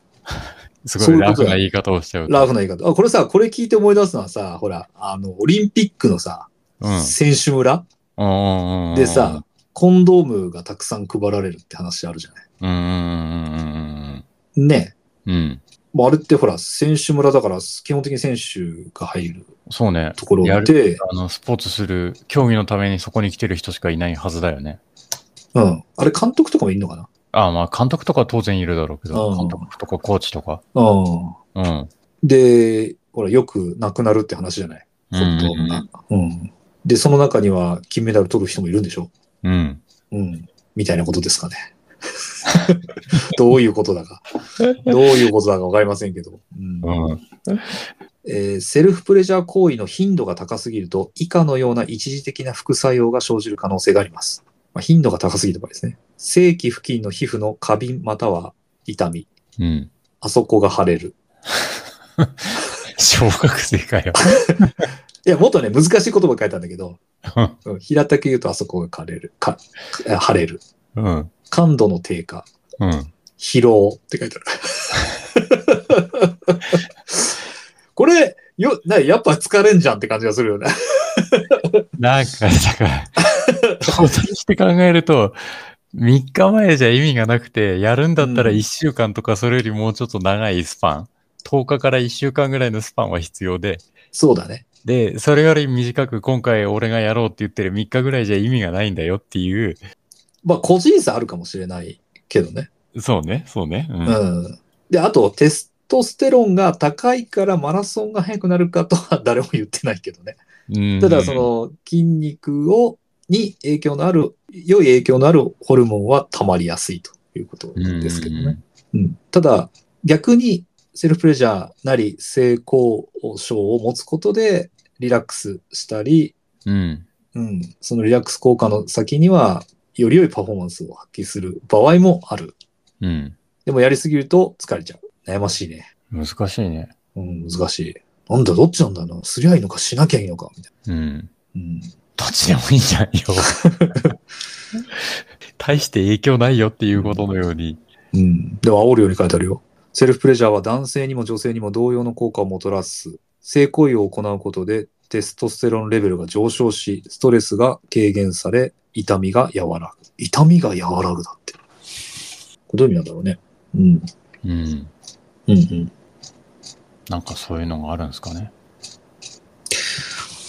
Speaker 2: す
Speaker 1: そう
Speaker 2: ご
Speaker 1: い
Speaker 2: いう
Speaker 1: こと
Speaker 2: ラフ
Speaker 1: だ
Speaker 2: な言い方をしちゃうと。
Speaker 1: ラフな言い方。あ、これさ、これ聞いて思い出すのはさ、ほら、あの、オリンピックのさ、
Speaker 3: うん
Speaker 1: 選手村
Speaker 3: あ。うん
Speaker 1: でさ、、コンドームがたくさん配られるって話あるじゃない。
Speaker 3: うんうん
Speaker 1: ねえ。
Speaker 3: うんうん。うん。
Speaker 1: もうあれってほら、選手村だから、基本的に選手が入る
Speaker 3: そうね。
Speaker 1: ところで、
Speaker 3: あの、スポーツする、競技のためにそこに来てる人しかいないはずだよね。
Speaker 1: うん。あれ監督とかもいんのかな
Speaker 3: ああ、まあ、監督とかは当然いるだろうけ
Speaker 1: う
Speaker 3: ど、
Speaker 1: ん
Speaker 3: 監督とかコーチとか。
Speaker 1: うん。
Speaker 3: うん。
Speaker 1: で、ほら、よく亡くなるって話じゃない
Speaker 3: うん
Speaker 1: 本当うん。で、その中には金メダル取る人もいるんでしょ
Speaker 3: うん。
Speaker 1: うん。みたいなことですかね。 どういうことだか。どういうことだかわかりませんけど。うん
Speaker 3: うん。
Speaker 1: えーセルフプレジャー行為の頻度が高すぎると、以下のような一時的な副作用が生じる可能性があります。まあ、頻度が高すぎた場合ですね。正規付近の皮膚の過敏または痛み、
Speaker 3: うん。
Speaker 1: あそこが腫れる。
Speaker 2: 小学生かよ。
Speaker 1: いや、もっとね、難しい言葉書いたんだけど、うん平たく言うとあそこが腫れる。か、え腫れる。
Speaker 3: うん。
Speaker 1: 感度の低下、
Speaker 3: うん。
Speaker 1: 疲労って書いてある。 これ、よ、な、やっぱ疲れんじゃんって感じがするよね。
Speaker 2: なんか、だから、保存して考えると、3日前じゃ意味がなくて、やるんだったら
Speaker 1: うん
Speaker 2: 1週間とか、それよりもうちょっと長いスパン、10日から1週間ぐらいのスパンは必要で、
Speaker 1: そうだね。
Speaker 2: で、それより短く今回俺がやろうって言ってる3日ぐらいじゃ意味がないんだよっていう、
Speaker 1: まあ、個人差あるかもしれないけどね。
Speaker 2: そうね、そうね。うん
Speaker 1: うん。で、あと、テストステロンが高いからマラソンが速くなるかとは誰も言ってないけどね。
Speaker 2: うん
Speaker 1: ただ、そ、の、筋肉を、に影響のある、良い影響のあるホルモンは溜まりやすいということですけどね。うん。ただ、逆に、セルフプレジャーなり、性交渉を持つことで、リラックスしたり、
Speaker 3: うん。
Speaker 1: うん、そのリラックス効果の先には、より良いパフォーマンスを発揮する場合もある。
Speaker 3: うん。
Speaker 1: でもやりすぎると疲れちゃう。悩ましいね。
Speaker 3: 難しいね。
Speaker 1: うん、難しい。なんだ、どっちなんだろうな。すりゃいいのか、しなきゃいいのか、みたい
Speaker 3: うん。
Speaker 1: な。うん。
Speaker 2: どっちでもいいじゃんよ。 大して影響ないよっていうことのように。
Speaker 1: うん。でも、煽るように書いてあるよ。セルフプレジャーは男性にも女性にも同様の効果をもたらす。性行為を行うことで、テストステロンレベルが上昇し、ストレスが軽減され、痛みが和らぐ。痛みが和らぐだって。これどういう意味なんだろうね。うん。
Speaker 3: うん。
Speaker 1: うんうん。
Speaker 3: なんかそういうのがあるんですかね。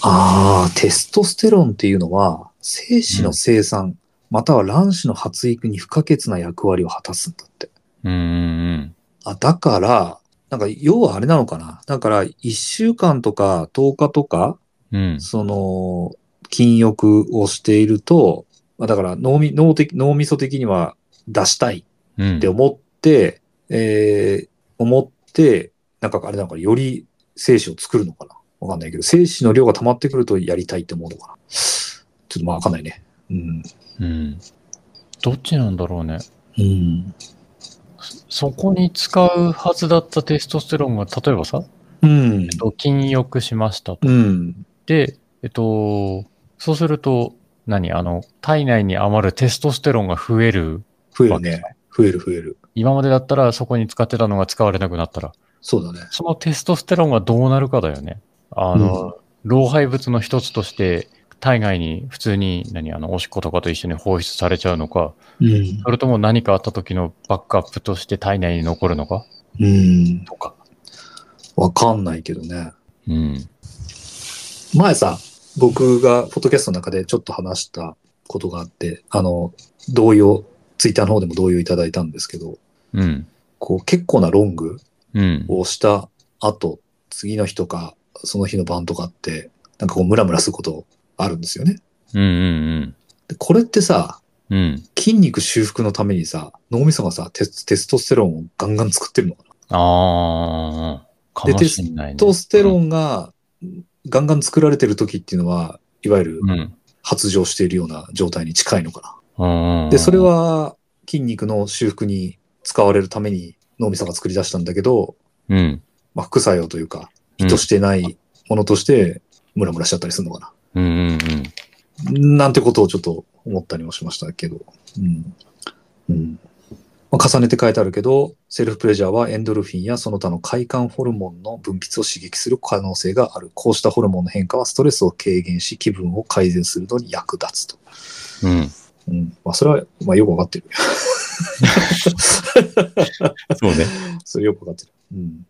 Speaker 1: ああ、テストステロンっていうのは、精子の生産、または卵子の発育に不可欠な役割を果たすんだって。
Speaker 3: うんうん
Speaker 1: あ、だから、なんか、要はあれなのかな。だから、1週間とか10日とか、
Speaker 3: うん。うん。
Speaker 1: その、禁欲をしていると、まあ、だから脳み脳的、脳みそ的には出したい
Speaker 3: うん
Speaker 1: って思って、えー思って、なんかあれなんかより精子を作るのかなわかんないけど、精子の量が溜まってくるとやりたいって思うのかなちょっとまあわかんないね。うん。
Speaker 3: うん。どっちなんだろうね。
Speaker 1: うん。
Speaker 3: そこに使うはずだったテストステロンが、例えばさ、
Speaker 1: うん
Speaker 2: えっ。と禁欲しましたと。
Speaker 1: うん。
Speaker 2: で、えっと、そうすると、何あの、体内に余るテストステロンが増える。
Speaker 1: 増えるね。増える増える。
Speaker 2: 今までだったらそこに使ってたのが使われなくなったら。
Speaker 1: そうだね。
Speaker 2: そのテストステロンがどうなるかだよね。あの、老廃物の一つとして、体外に普通に、何、あの、おしっことかと一緒に放出されちゃうのか、
Speaker 1: うん。
Speaker 2: それとも何かあった時のバックアップとして体内に残るのか
Speaker 1: うん。
Speaker 2: とか。
Speaker 1: わかんないけどね。
Speaker 2: うん。
Speaker 1: 前さ、僕がフォトキャストの中でちょっと話したことがあって、あの、同意を、ツイッターの方でも同意をいただいたんですけど、
Speaker 2: うん。
Speaker 1: こう結構なロング
Speaker 2: うん。
Speaker 1: をした後、次の日とか、その日の晩とかって、なんかこうムラムラすることあるんですよね。
Speaker 2: うんうん
Speaker 1: でこれってさ、
Speaker 2: うん。うん。
Speaker 1: 筋肉修復のためにさ、脳みそがさ、テステストステロンをガンガン作ってるのかな。
Speaker 2: ああ、か
Speaker 1: で
Speaker 2: もしんないね。
Speaker 1: テストステロ
Speaker 2: ン。
Speaker 1: ンがガンガン作られてる時っていうのは、いわゆる
Speaker 2: うん。
Speaker 1: 発情しているような状態に近いのかな。
Speaker 2: うん
Speaker 1: で、それ、は筋肉の修復に使われるために脳みそが作り出したんだけど、
Speaker 2: うん。
Speaker 1: まあ、副作用というか、
Speaker 2: うん
Speaker 1: 意図してないものとしてムラムラしちゃったりするのか
Speaker 2: うんうんうん。
Speaker 1: な。なんてことをちょっと思ったりもしましたけど。うん。うん。まあ重ねて書いてあるけど、セルフプレジャーはエンドルフィンやその他の快感ホルモンの分泌を刺激する可能性がある。こうしたホルモンの変化はストレスを軽減し、気分を改善するのに役立つと。
Speaker 2: うん。
Speaker 1: うん。まあ、それは、まあ、よくわかってる。
Speaker 3: そうね。
Speaker 1: それよくわかってる。うん。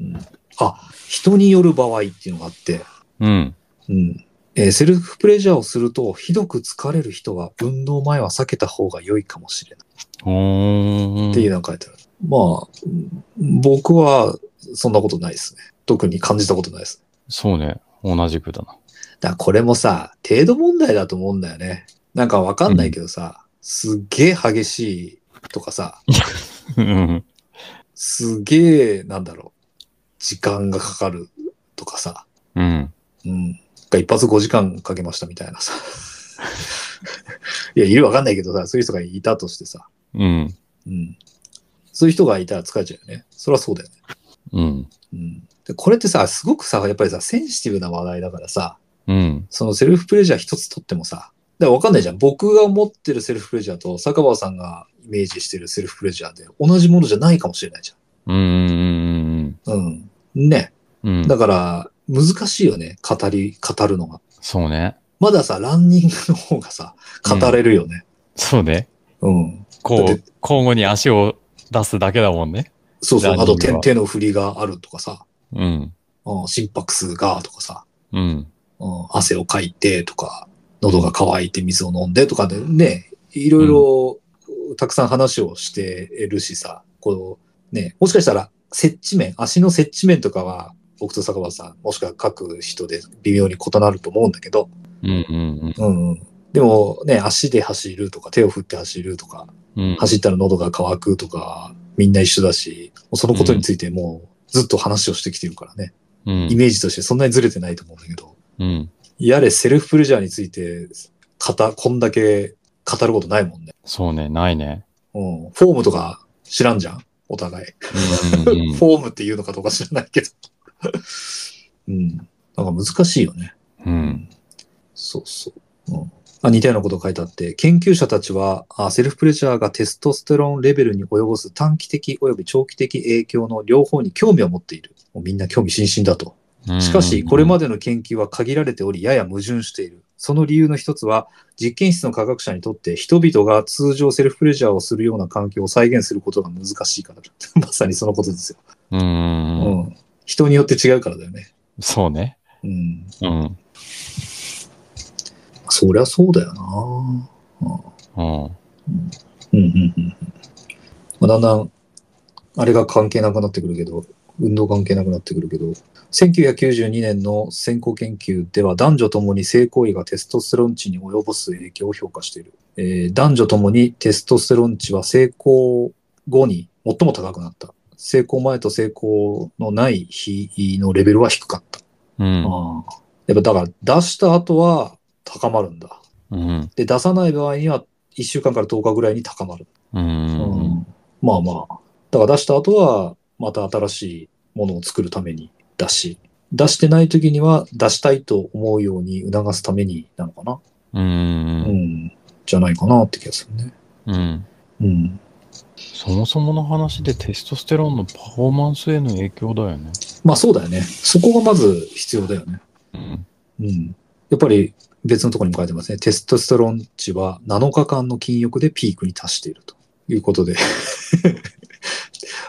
Speaker 1: うん、あ、人による場合っていうのがあって、
Speaker 2: うん。
Speaker 1: うん。えーセルフプレジャーをすると、ひどく疲れる人は運動前は避けた方が良いかもしれない
Speaker 2: お
Speaker 1: っていうのが書いてある。まあ、うん僕はそんなことないですね。特に感じたことないです。
Speaker 2: そうね。同じくだな。
Speaker 1: だからこれもさ、程度問題だと思うんだよね。なんかわかんないけどさ、すっげえ激しいとかさ、
Speaker 2: うん。
Speaker 1: すげえ、なんだろう、時間がかかるとかさ、
Speaker 2: うん。
Speaker 1: うん。が一発5時間かけましたみたいなさ。 いや、いるわかんないけどさ、そういう人がいたとしてさ。
Speaker 2: うん。
Speaker 1: うん。そういう人がいたら疲れちゃうよね。そりゃそうだよね。
Speaker 2: うん。
Speaker 1: うん。で、これってさ、すごくさ、やっぱりさ、センシティブな話題だからさ、
Speaker 2: うん。
Speaker 1: そのセルフプレジャー一つ取ってもさ、だからわかんないじゃん。僕が持ってるセルフプレジャーと、坂場さんがイメージしてるセルフプレジャーで同じものじゃないかもしれないじ
Speaker 2: うん。うん。
Speaker 1: ゃん。うん。ね。
Speaker 2: うん。
Speaker 1: だから、難しいよね。語り、語るのが。
Speaker 2: そうね。
Speaker 1: まださ、ランニングの方がさ、語れるよね。
Speaker 2: そうね。
Speaker 1: うん。
Speaker 2: こう、
Speaker 1: だっ
Speaker 2: 交互に足を出すだけだもんね。
Speaker 1: そうそう。
Speaker 2: ラ
Speaker 1: あ
Speaker 2: ンニング
Speaker 1: と
Speaker 2: は
Speaker 1: 手、手の振りがあるとかさ、
Speaker 2: うん。
Speaker 1: うん、心拍数がとかさ、
Speaker 2: うん。
Speaker 1: うん、汗をかいてとか、喉が渇いて水を飲んでとかでね、いろいろたくさん話をしてるしさ、こう、ね、もしかしたら、接地面、足の接地面とかは、僕と坂場さん、もしくは各人で微妙に異なると思うんだけど、
Speaker 2: うん。うん。
Speaker 1: うんうん。でもね、足で走るとか、手を振って走るとか、
Speaker 2: うん。
Speaker 1: 走ったら喉が渇くとか、みんな一緒だし、もうそのことについてもうずっと話をしてきてるからね、
Speaker 2: うん
Speaker 1: イ。メージとしてそんなにずれてないと思うんだけど、
Speaker 2: うん。
Speaker 1: やれセルフプレジャーについて、かた、こんだけ語ることないもんね。
Speaker 2: そうね。ないね。
Speaker 1: うん。フォームとか知らんじゃんお互い。
Speaker 2: うん。う ん
Speaker 1: フォームっていうのかどうか知らないけど。 うん。なんか難しいよね。
Speaker 2: うん。
Speaker 1: そうそう。うんあ似たようなこと書いてあって、研究者たちはあセルフプレジャーがテストステロンレベルに及ぼす短期的及び長期的影響の両方に興味を持っている。もうみんな興味津々だと。しかし、これまでの研究は限られており、やや矛盾している。その理由の一つは、実験室の科学者にとって、人々が通常セルフプレジャーをするような環境を再現することが難しいからだ。 まさにそのことですよ、
Speaker 2: うんうんうん。
Speaker 1: うん。人によって違うからだよね。
Speaker 2: そうね。
Speaker 1: うん。
Speaker 2: うん。
Speaker 1: そりゃそうだよな。
Speaker 2: うん。
Speaker 1: うんうんうんうんまあ、だんだん、あれが関係なくなってくるけど、運動関係なくなってくるけど、1992年の先行研究では男女ともに性行為がテストステロン値に及ぼす影響を評価している。えー男女ともにテストステロン値は成功後に最も高くなった。成功前と成功のない日のレベルは低かった。
Speaker 2: うん。
Speaker 1: ああやっぱだから出した後は高まるんだ。
Speaker 2: うん。
Speaker 1: で、出さない場合には1週間から10日ぐらいに高まる。
Speaker 2: うん。
Speaker 1: まあまあ。だから出した後は、また新しいものを作るために出し、出してない時には出したいと思うように促すためになのかな。
Speaker 3: う。
Speaker 1: うんん、じゃないかなって気がするね。
Speaker 3: うん。
Speaker 1: うん。
Speaker 2: そもそもの話でテストステロンのパフォーマンスへの影響だよね。
Speaker 1: まあそうだよね。そこがまず必要だよね。
Speaker 3: うん。
Speaker 1: うん。やっぱり別のところにも書いてますね。テストステロン値は7日間の禁欲でピークに達しているということで。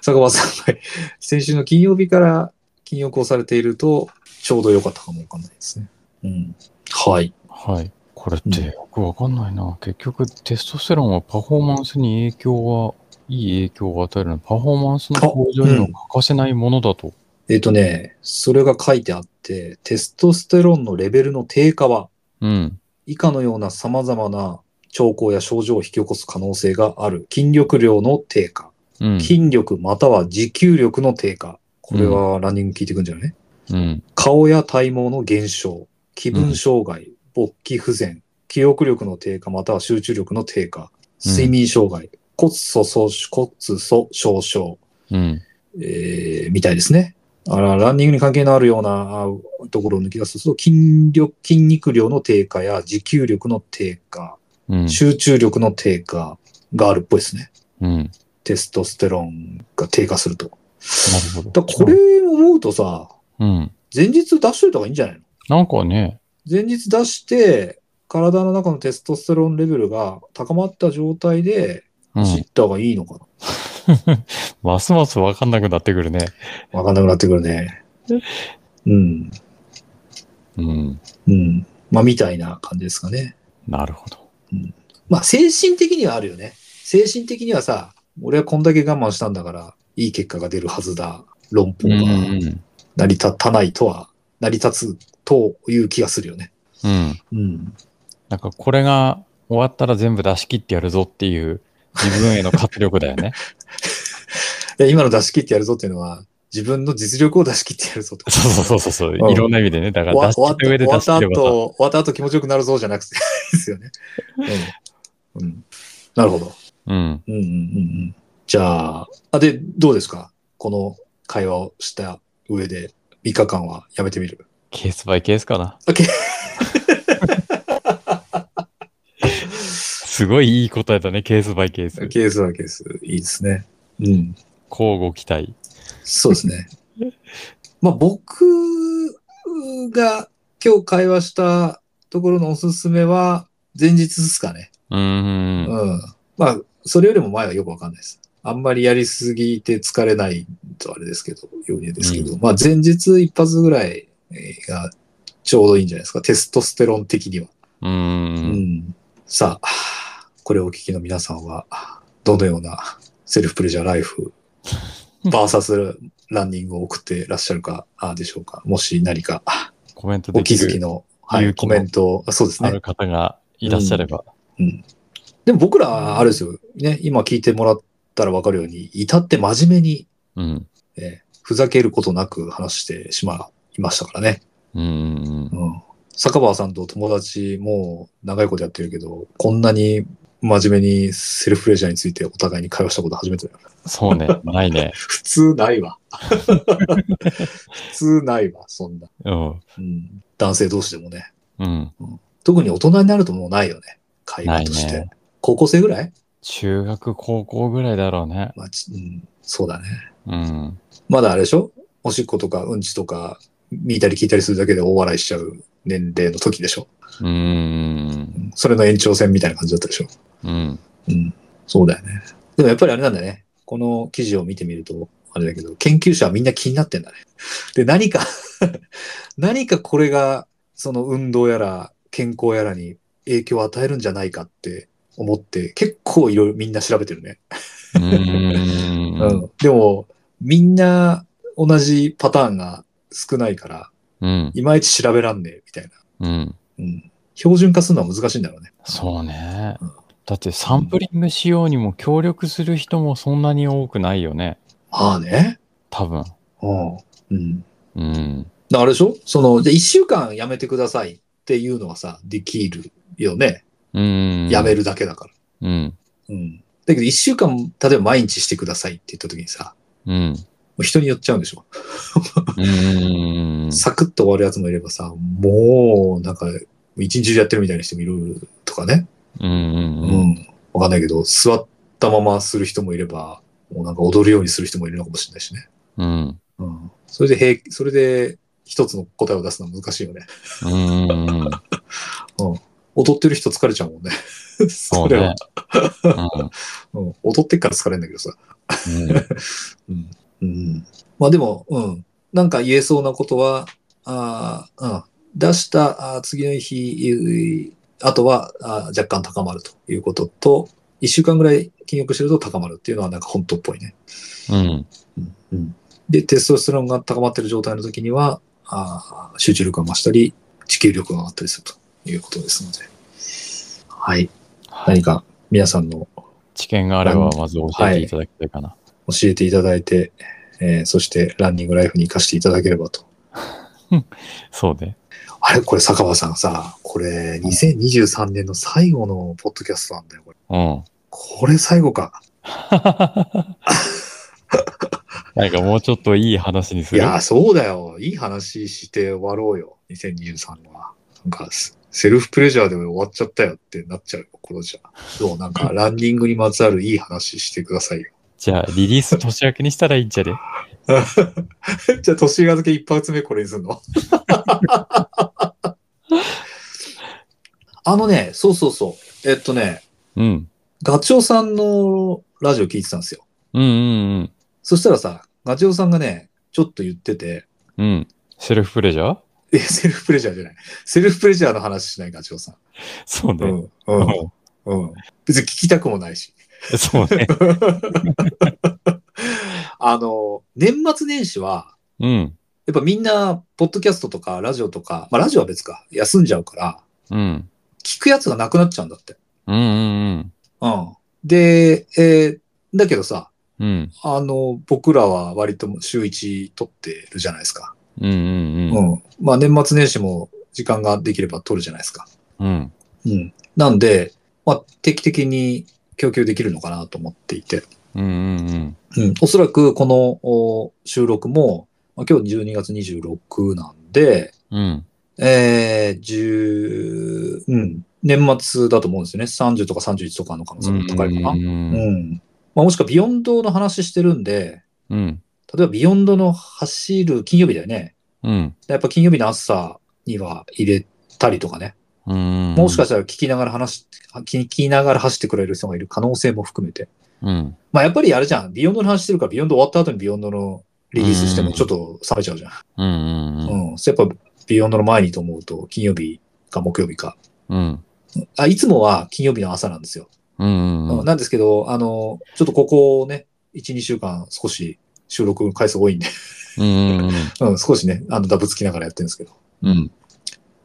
Speaker 1: 坂場さんが先週の金曜日から禁欲をされているとちょうど良かったかもわかんないですね。うん。はい。
Speaker 2: はい。これってよくわかんないな。結局、テストステロンはパフォーマンスに影響は、いい影響を与えるのはパフォーマンスの向上には欠かせないものだと。
Speaker 1: えっ、とね、それが書いてあって、テストステロンのレベルの低下は
Speaker 3: うん。
Speaker 1: 以下のような様々な兆候や症状を引き起こす可能性がある。筋力量の低下、
Speaker 3: うん。
Speaker 1: 筋力または持久力の低下。これはランニング効いてくんじゃない、
Speaker 3: うん。
Speaker 1: 顔や体毛の減少、気分障害、勃起不全、記憶力の低下または集中力の低下、睡眠障害、骨粗鬆骨粗鬆症、
Speaker 3: うん。
Speaker 1: えーみたいですね。あら、ランニングに関係のあるようなあところを抜き出すと、筋力、筋肉量の低下や持久力の低下、
Speaker 3: うん。
Speaker 1: 集中力の低下があるっぽいですね。
Speaker 3: うん。な
Speaker 1: テストステロンが低下すると。
Speaker 3: るほど。
Speaker 1: だからこれ思うとさ、
Speaker 3: うん。
Speaker 1: 前日出しといた方がいいんじゃないの
Speaker 2: なんかね、
Speaker 1: 前日出して、体の中のテストステロンレベルが高まった状態で
Speaker 3: う
Speaker 1: 知っ
Speaker 3: ん。
Speaker 1: た方がいいのか
Speaker 2: ますますわかんなくなってくるね。
Speaker 1: な。わかんなくなってくるね。うん。
Speaker 3: うん。
Speaker 1: うん。まあ、みたいな感じですかね。
Speaker 2: なるほど。
Speaker 1: まあ、精神的にはあるよね。精神的にはさ、俺はこんだけ我慢したんだから、いい結果が出るはずだ。論法
Speaker 3: う
Speaker 1: が
Speaker 3: ん。
Speaker 1: 成り立たないとは、成り立つという気がするよね。
Speaker 3: うん。
Speaker 1: うん。
Speaker 2: なんかこれが終わったら全部出し切ってやるぞっていう自分への活力だよ ね。
Speaker 1: で今の出し切ってやるぞっていうのは、自分の実力を出し切ってやるぞってこと
Speaker 2: そうそうそうそう。
Speaker 1: うん
Speaker 2: いろんな意味でね。だか
Speaker 1: 終
Speaker 2: ら
Speaker 1: わ
Speaker 2: 出し
Speaker 1: 終わ
Speaker 2: 切っ
Speaker 1: ったた
Speaker 2: 上で
Speaker 1: 終わ
Speaker 2: 出
Speaker 1: っ
Speaker 2: した切ればさ。
Speaker 1: 後、終わった後気持ちよくなるぞじゃなくて ですよね。うん。うんなるほど。
Speaker 3: うん。
Speaker 1: うんうんうんうん。じゃあ、あ、で、どうですかこの会話をした上で3日間はやめてみる。
Speaker 2: ケースバイケースかな。
Speaker 1: オッケー
Speaker 2: すごいいい答えだね。ケースバイケース。
Speaker 1: ケースはケース。いいですね。うん。
Speaker 2: 交互期待。
Speaker 1: そうですね。 まあ僕が今日会話したところのおすすめは前日ですかね。
Speaker 3: うん。
Speaker 1: うん。まあ、それよりも前はよくわかんないです。あんまりやりすぎて疲れないとあれですけど、ようにですけど、まあ前日一発ぐらいがちょうどいいんじゃないですか。テストステロン的には。
Speaker 3: う。
Speaker 1: うんんさあ、これをお聞きの皆さんは、どのようなセルフプレジャーライフ、バーサスランニングを送ってらっしゃるかあでしょうか。もし何か
Speaker 2: コメント
Speaker 1: お
Speaker 2: で
Speaker 1: 気
Speaker 2: き
Speaker 1: づき
Speaker 2: る
Speaker 1: の、はい、
Speaker 2: 勇気
Speaker 1: コ
Speaker 2: の
Speaker 1: メント、あそうです
Speaker 2: あ
Speaker 1: ね。
Speaker 2: る方がいらっしゃれば。
Speaker 1: でも僕らはあれですよ。ね、今聞いてもらったらわかるように、至って真面目に、
Speaker 3: うん。
Speaker 1: えーふざけることなく話してしまいましたからね。
Speaker 3: うん。
Speaker 1: うん。坂場さんと友達もう長いことやってるけど、こんなに真面目にセルフレジャーについてお互いに会話したこと初めてだよ。
Speaker 2: そ うね。ないね。
Speaker 1: 普通ないわ。普通ないわ、そんな。
Speaker 2: うん。
Speaker 1: うん。男性同士でもね。
Speaker 3: うん。
Speaker 1: 特に大人になるともうないよね。会
Speaker 3: な
Speaker 1: 話
Speaker 3: い
Speaker 1: として。
Speaker 3: ね。
Speaker 1: 高校生ぐらい
Speaker 2: 中学、高校ぐらいだろうね。
Speaker 1: まあ、ちうん、そうだね。
Speaker 3: うん。
Speaker 1: まだあれでしょおしっことかうんちとか見たり聞いたりするだけで大笑いしちゃう年齢の時でしょ
Speaker 3: うん。
Speaker 1: それの延長線みたいな感じだったでしょ
Speaker 3: うん。
Speaker 1: うん。そうだよね。でもやっぱりあれなんだね。この記事を見てみると、あれだけど、研究者はみんな気になってんだね。で、何か、 何かこれが、その運動やら健康やらに影響を与えるんじゃないかって思って、結構いろいろみんな調べてるね。
Speaker 3: うん。
Speaker 1: う。ん、でも、みんな同じパターンが少ないから、
Speaker 3: うん。
Speaker 1: いまいち調べらんねえ、みたいな。
Speaker 3: うん。
Speaker 1: うん。標準化するのは難しいんだろうね。
Speaker 2: そうね
Speaker 1: うん。
Speaker 2: だってサンプリングしようにも協力する人もそんなに多くないよね。
Speaker 1: まあね。
Speaker 2: 多分。
Speaker 1: うん。うん。だ
Speaker 3: うん。
Speaker 1: からあれでしょその、じゃ1週間やめてくださいっていうのはさ、できるよね。
Speaker 3: うん。
Speaker 1: やめ。るだけだから。
Speaker 3: うん。
Speaker 1: うん。だけど1週間、例えば毎日してくださいって言った時にさ、
Speaker 3: うん。
Speaker 1: もう人によっちゃうんでしょ、
Speaker 3: うん。
Speaker 1: サクッと終わるやつもいればさ、もう、なんか、一日中やってるみたいな人もいるとかね。
Speaker 3: うんうん
Speaker 1: う
Speaker 3: うん。
Speaker 1: ん。わかんないけど、座ったままする人もいれば、もうなんか踊るようにする人もいるのかもしれないしね。
Speaker 3: うん。
Speaker 1: うん。それで平気、それで一つの答えを出すのは難しいよね。
Speaker 3: うんうんうん。
Speaker 1: 踊ってる人疲れちゃうもんね。
Speaker 3: そ
Speaker 1: そうれは
Speaker 3: ね。うん
Speaker 1: うん。踊ってっから疲れんだけどさ。うん。うん。まあでも、うん。なんか言えそうなことは、あーうん。出したあー次の日、あとはあー若干高まるということと、一週間ぐらい禁欲してると高まるっていうのはなんか本当っぽいね。
Speaker 3: うん。
Speaker 1: うん、で、テストステロンが高まってる状態の時には、あー集中力が増したり、持久力が上がったりするということですので。はい。何か皆さんの
Speaker 2: 知見があれば、まず教えていただきたいかな。
Speaker 1: 教えていただいて、えーそしてランニングライフに生かしていただければと。
Speaker 2: そうね。
Speaker 1: あれこれ坂場さんさ、これ2023年の最後のポッドキャストなんだよ、これ。
Speaker 3: うん。
Speaker 1: これ最後か。
Speaker 2: なんかもうちょっといい話にす
Speaker 1: い
Speaker 2: る。
Speaker 1: やー、そうだよ。いい話して終わろうよ、2023年は。なんか、すセルフプレジャーで終わっちゃったよってなっちゃうよ、このじゃ。どうなんか、ランニングにまつわるいい話してくださいよ。
Speaker 2: じゃあ、リリース年明けにしたらいいんじゃね
Speaker 1: じゃあ、年が明け一発目これにすんのあのね、そうそうそう。えっとね、
Speaker 3: うん。
Speaker 1: ガチョウさんのラジオ聞いてたんですよ。
Speaker 3: うんうん
Speaker 1: そしたらさ、ガチョウさんがね、ちょっと言ってて、
Speaker 3: うん。うん。
Speaker 2: セルフプレジャー
Speaker 1: え、セルフプレジャーじゃない。セルフプレジャーの話しないガチョウさん。
Speaker 2: そう
Speaker 1: う
Speaker 2: ね。
Speaker 1: ん。うん。うん。別に聞きたくもないし。
Speaker 2: そうね。
Speaker 1: あの、年末年始は、
Speaker 3: うん。
Speaker 1: やっぱみんな、ポッドキャストとか、ラジオとか、まあラジオは別か、休んじゃうから、
Speaker 3: うん。
Speaker 1: 聞くやつがなくなっちゃうんだって。
Speaker 3: うんうん
Speaker 1: うん。で、えーだけどさ、
Speaker 3: うん。うん。
Speaker 1: あの、僕らは割と週1撮ってるじゃないですか。
Speaker 3: うんうん
Speaker 1: う
Speaker 3: うん。
Speaker 1: ん。まあ年末年始も時間ができれば撮るじゃないですか。
Speaker 3: うん。
Speaker 1: うん。なんで、まあ、定期的に供給できるのかなと思っていて、
Speaker 3: うんうんうん。
Speaker 1: うん、おそらくこのお収録も、まあ、今日12月26なんで、
Speaker 3: うん。
Speaker 1: えー、10、うん、年末だと思うんですよね。30とか31とかの可能性も高いかな。
Speaker 3: う
Speaker 1: うん
Speaker 3: んうんうん
Speaker 1: まあ、もしくはビヨンドの話してるんで、
Speaker 3: うん。
Speaker 1: 例えばビヨンドの走る金曜日だよね。
Speaker 3: うん。
Speaker 1: やっぱ金曜日の朝には入れたりとかね。
Speaker 3: うん。
Speaker 1: もしかしたら聞きながら話し、聞きながら走ってくれる人がいる可能性も含めて。
Speaker 3: うん。
Speaker 1: まあやっぱりあれじゃん、ビヨンドの話してるから、ビヨンド終わった後にビヨンドのリリースして
Speaker 3: う
Speaker 1: も
Speaker 3: ん
Speaker 1: ちょっと冷めちゃうじゃん。
Speaker 3: うんうんうん。
Speaker 1: うん。そうやっぱビヨンドの前にと思うと、金曜日か木曜日か。
Speaker 3: うん。
Speaker 1: あ、いつもは金曜日の朝なんですよ。
Speaker 3: うん
Speaker 1: うん、なんですけど、あの、ちょっとここをね、1、2週間少し収録回数多いんで、
Speaker 3: うん。
Speaker 1: うん、少しね、あの、ダブつきながらやってるんですけど。
Speaker 3: うん。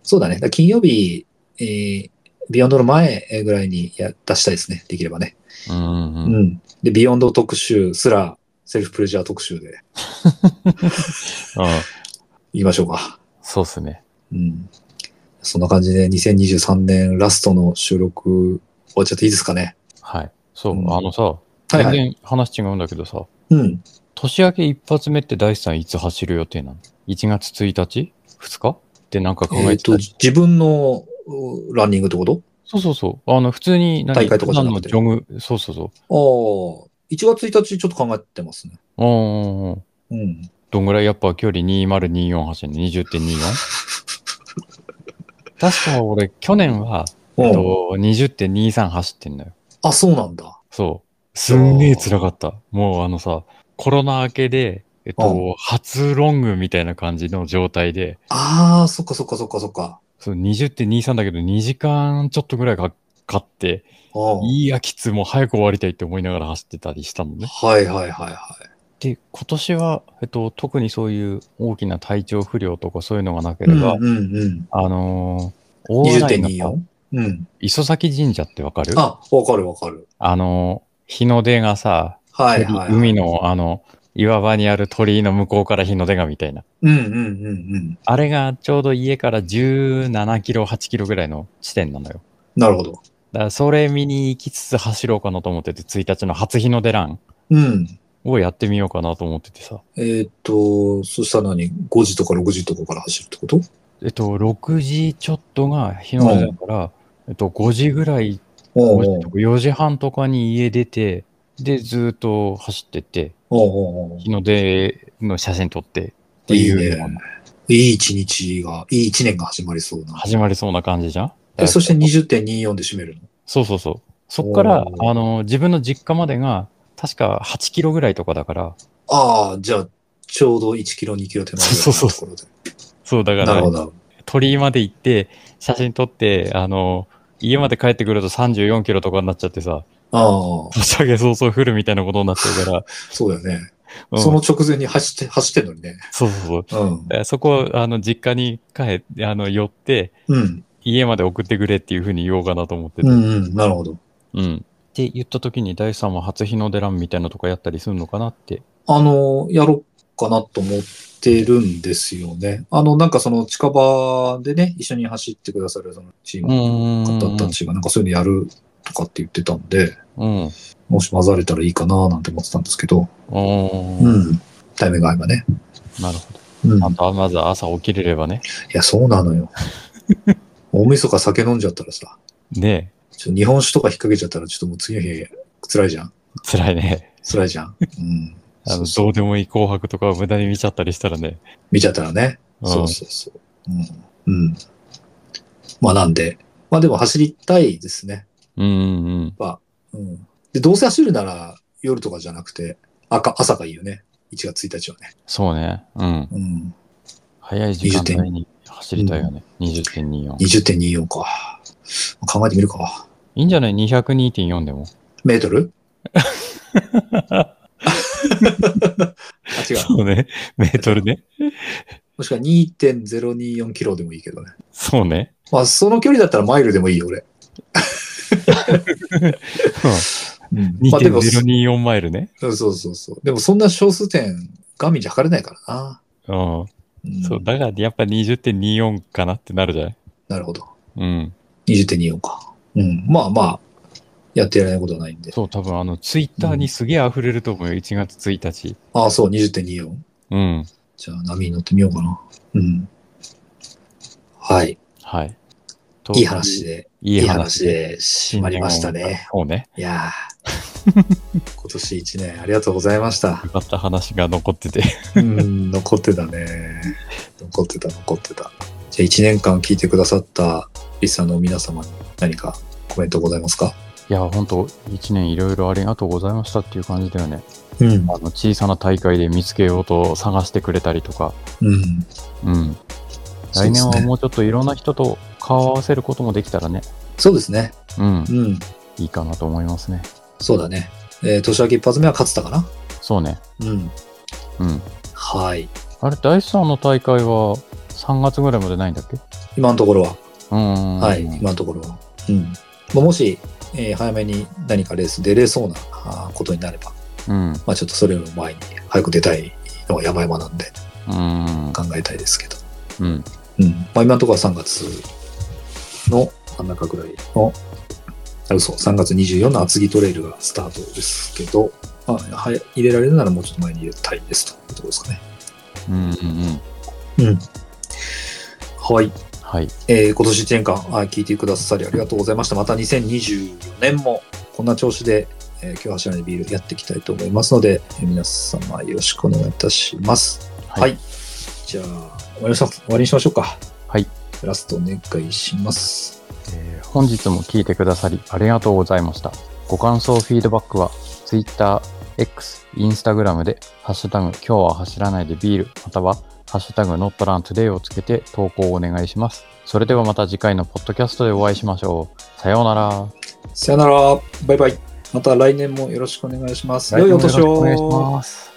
Speaker 1: そうだね。だから金曜日、えービヨンドの前ぐらいにや出したいですね。できればね。
Speaker 3: うん。
Speaker 1: うん。で、ビヨンド特集すら、セルフプレジャー特集で
Speaker 2: あ
Speaker 1: 言いましょうか。
Speaker 2: そうっすね。
Speaker 1: うん。そんな感じで、2023年ラストの収録終わっちゃっていいですかね。
Speaker 2: はい。そう、
Speaker 1: うん
Speaker 2: あのさ、
Speaker 1: はい
Speaker 2: 全
Speaker 1: はい。
Speaker 2: 然話違うんだけどさ、
Speaker 1: うん。
Speaker 2: 年明け一発目って大地さんいつ走る予定なの ?1 月1日 ?2 日ってなんか考
Speaker 1: え
Speaker 2: え
Speaker 1: って
Speaker 2: た、
Speaker 1: と、自分のうランニングってこと
Speaker 2: そうそうそう。あの、普通に何、
Speaker 1: 大会とかじゃなくて
Speaker 2: 普段のジョグ、そうそうそう。
Speaker 1: ああ、1月1日ちょっと考えてますね。
Speaker 2: おーおーおー
Speaker 1: うん。
Speaker 2: どんぐらいやっぱ距離2024走るの ?20.24? 確か俺、去年は、
Speaker 1: う
Speaker 2: えっ
Speaker 1: ん、
Speaker 2: と、20.23走ってんのよ。
Speaker 1: あ、そうなんだ。
Speaker 2: そう。すんげえ辛かった。もうあのさ、コロナ明けで、えっと、初ロングみたいな感じの状態で、
Speaker 1: ああ、そっかそっかそっかそっか。
Speaker 2: そう20.23だけど2時間ちょっとぐらいかかって、
Speaker 1: あ
Speaker 2: いいやきつもう早く終わりたいって思いながら走ってたりしたのね。
Speaker 1: あはいはいはいは
Speaker 2: で、今年は、えっと、特にそういう大きな体調不良とかそういうのがなけ
Speaker 1: い。う
Speaker 2: れ
Speaker 1: ん
Speaker 2: ば、
Speaker 1: うんうん。
Speaker 2: あのー、洗
Speaker 1: 20.24
Speaker 2: の。
Speaker 1: うん。
Speaker 2: 磯崎神社ってわかるあ
Speaker 1: あ、わかるわかる。
Speaker 2: のー、日の出がさ、
Speaker 1: はいはい、はい。
Speaker 2: 海。のあの、岩場にある鳥居の向こうから日の出がみたいな。
Speaker 1: うんうんうんうん。
Speaker 2: あれがちょうど家から17キロ、8キロぐらいの地点なのよ。
Speaker 1: なるほど。
Speaker 2: だからそれ見に行きつつ走ろうかなと思ってて、1日の初日の出ラン
Speaker 1: うん。
Speaker 2: をやってみようかなと思っててさ。
Speaker 1: えーっと、そしたら何 ?5 時とか6時とかから走るってこと
Speaker 2: えっと、6時ちょっとが日の出だから、えっと、5時ぐらい、
Speaker 1: おう
Speaker 2: 5
Speaker 1: おう
Speaker 2: 時とか4時半とかに家出て、で、ずーっと走ってって、
Speaker 1: おうおうおう
Speaker 2: 日の出の写真撮ってっていうのが
Speaker 1: いい一日が、いい一年が始まりそうな。
Speaker 2: 始まりそうな感じじゃん
Speaker 1: えそして20.24で締めるの
Speaker 2: そうそうそう。そっから
Speaker 1: お、ー
Speaker 2: あの、自分の実家までが、確か8キロぐらいとかだから、
Speaker 1: ああ、じゃあ、ちょうど1キロ、2キロ手前ぐらい
Speaker 2: そうそ
Speaker 1: の
Speaker 2: う
Speaker 1: ところで。
Speaker 2: そう、だか
Speaker 1: なる
Speaker 2: ら
Speaker 1: ほ、ど。
Speaker 2: 鳥居まで行って、写真撮って、あの、家まで帰ってくると34キロとかになっちゃってさ、
Speaker 1: ああ、
Speaker 2: 年明け早々降るみたいなことになっちゃうから、
Speaker 1: そうだよね。
Speaker 2: うん
Speaker 1: その直前に走って、走ってんのにね。
Speaker 2: そうそうそう。
Speaker 1: うん。
Speaker 2: だからそこ、あの、実家に帰って、あの、寄って、
Speaker 1: うん。
Speaker 2: 家まで送ってくれっていうふうに言おうかなと思ってて。
Speaker 1: うんうん。なるほど。
Speaker 2: うんって言った時に、大さんは初日の出ランみたいなのとかやったりするのかなって。
Speaker 1: あの、やろうかなと思ってるんですよね。あの、なんかその近場でね、一緒に走ってくださるそのチーム
Speaker 2: ん
Speaker 1: の方たちがなんかそういうのやるとかって言ってたんで、
Speaker 2: うん。
Speaker 1: もし混ざれたらいいかななんて思ってたんですけど、
Speaker 2: う。
Speaker 1: うんん。タイミング合えばね。
Speaker 2: なるほど。
Speaker 1: うん。い
Speaker 2: あとはまずは朝起きれればね。
Speaker 1: や、そうなのよ。大晦日酒飲んじゃったらさ、
Speaker 2: ね
Speaker 1: ちょっと日本酒とか引っ掛けちゃったらちょっともう次の日辛いじゃん。
Speaker 2: え、辛いね。
Speaker 1: 辛いじゃん。うん。
Speaker 2: あ
Speaker 1: そ
Speaker 2: の、
Speaker 1: うそう
Speaker 2: どうでもいい紅白とかを無駄に見ちゃったりしたらね。
Speaker 1: 見ちゃったらね。
Speaker 2: うん
Speaker 1: そうそうそう。うん。うん。まあなんで、まあでも走りたいですね。
Speaker 2: うんうんうん。
Speaker 1: うん。で、どうせ走るなら夜とかじゃなくて、赤、朝がいいよね。1月1日はね。
Speaker 2: そうね。うん。
Speaker 1: うん。
Speaker 2: 早い時間帯に走りたいよね。20.24。い
Speaker 1: 20.24か。考えてみるか。
Speaker 2: いんじゃない ?202.4 でも。
Speaker 1: メート ルあ、違う。
Speaker 2: そうね。メートルね。
Speaker 1: もしくは2.024キロでもいいけどね。
Speaker 2: そうね。
Speaker 1: まあ、その距離だったらマイルでもいいよ、俺。うんまあ、でも、そ
Speaker 2: 2.024マイルね。
Speaker 1: うそうそうそう。でも、そんな小数点、ガミじゃ測れないからな。
Speaker 2: うん。
Speaker 1: うん
Speaker 2: そう。だから、やっぱ20.24かなってなるじゃない
Speaker 1: なるほど。
Speaker 2: うん。
Speaker 1: 20.24か。うん。まあまあ、やってやらないことはないんで。
Speaker 2: そう、多分あの、ツイッターにすげえ溢れると思うよ。1月1日。
Speaker 1: ああ、そう、20.24。
Speaker 2: うん。
Speaker 1: じゃあ、波に乗ってみようかな。うん。はい。
Speaker 2: はい。
Speaker 1: いい話。で、い
Speaker 2: いい
Speaker 1: い
Speaker 2: 話
Speaker 1: 話
Speaker 2: で。
Speaker 1: で締まりましたね。。
Speaker 2: そうね。
Speaker 1: いやー 今年1年ありがとうございました
Speaker 2: よ。かった話が残ってて。
Speaker 1: うん、残ってたね。残ってた、残ってた。じゃあ、1年間聞いてくださったリスナーの皆様に何かコメントございますか
Speaker 2: いや、本当一年いろいろありがとうございましたっていう感じだよね。
Speaker 1: うん
Speaker 2: あの、小さな大会で見つけようと探してくれたりとか。
Speaker 1: うん。
Speaker 2: うん。
Speaker 1: そう
Speaker 2: 来
Speaker 1: で
Speaker 2: 年
Speaker 1: す
Speaker 2: は
Speaker 1: ね。
Speaker 2: もうちょっといろんな人と顔を合わせることもできたらね。
Speaker 1: そうですね。
Speaker 2: うん。
Speaker 1: うん。
Speaker 2: いいかなと思いますね。
Speaker 1: そうだね。えー年明け一発目は勝つたかな
Speaker 2: そうね。
Speaker 1: うん。
Speaker 2: うん。
Speaker 1: はい。
Speaker 2: あれ、第3の大会は3月ぐらいまでないんだっけ
Speaker 1: 今のところは。
Speaker 2: うんうんうん。
Speaker 1: はい。今のところは。うん。まあもし、えー早めに何かレース出れそうなあーことになれば、
Speaker 2: うん。
Speaker 1: まあちょっとそれよりも前に早く出たいのが山々なんで
Speaker 2: うん。
Speaker 1: 考えたいですけど。
Speaker 2: うん。
Speaker 1: うん。まあ今のところは3月の真ん中ぐらいの、あ、嘘、3月24の厚木トレイルがスタートですけど、まあ、はや入れられるならもうちょっと前に入れたいですというところですかね。
Speaker 2: うん。うん。
Speaker 1: うん。はい。
Speaker 2: はい。
Speaker 1: えー今年1年間あー聞いてくださりありがとうございました。また2024年もこんな調子で、えー、今日柱にビールやっていきたいと思いますので、えー皆様よろしくお願いいたします。
Speaker 2: は
Speaker 1: はいい。じゃあ終わりましょう、終わりにしましょうか。
Speaker 2: はい。
Speaker 1: ラストお願いします。
Speaker 2: えー本日も聞いてくださりありがとうございました。ご感想、フィードバックは Twitter、X、Instagram で、ハッシュタグ、今日は走らないでビール、または、ハッシュタグ、ノットラントゥデイをつけて投稿をお願いします。それではまた次回のポッドキャストでお会いしましょう。さようなら。
Speaker 1: さよなら。バイバイ。また来年もよろしくお願いします。良いお年を。
Speaker 2: お願いします。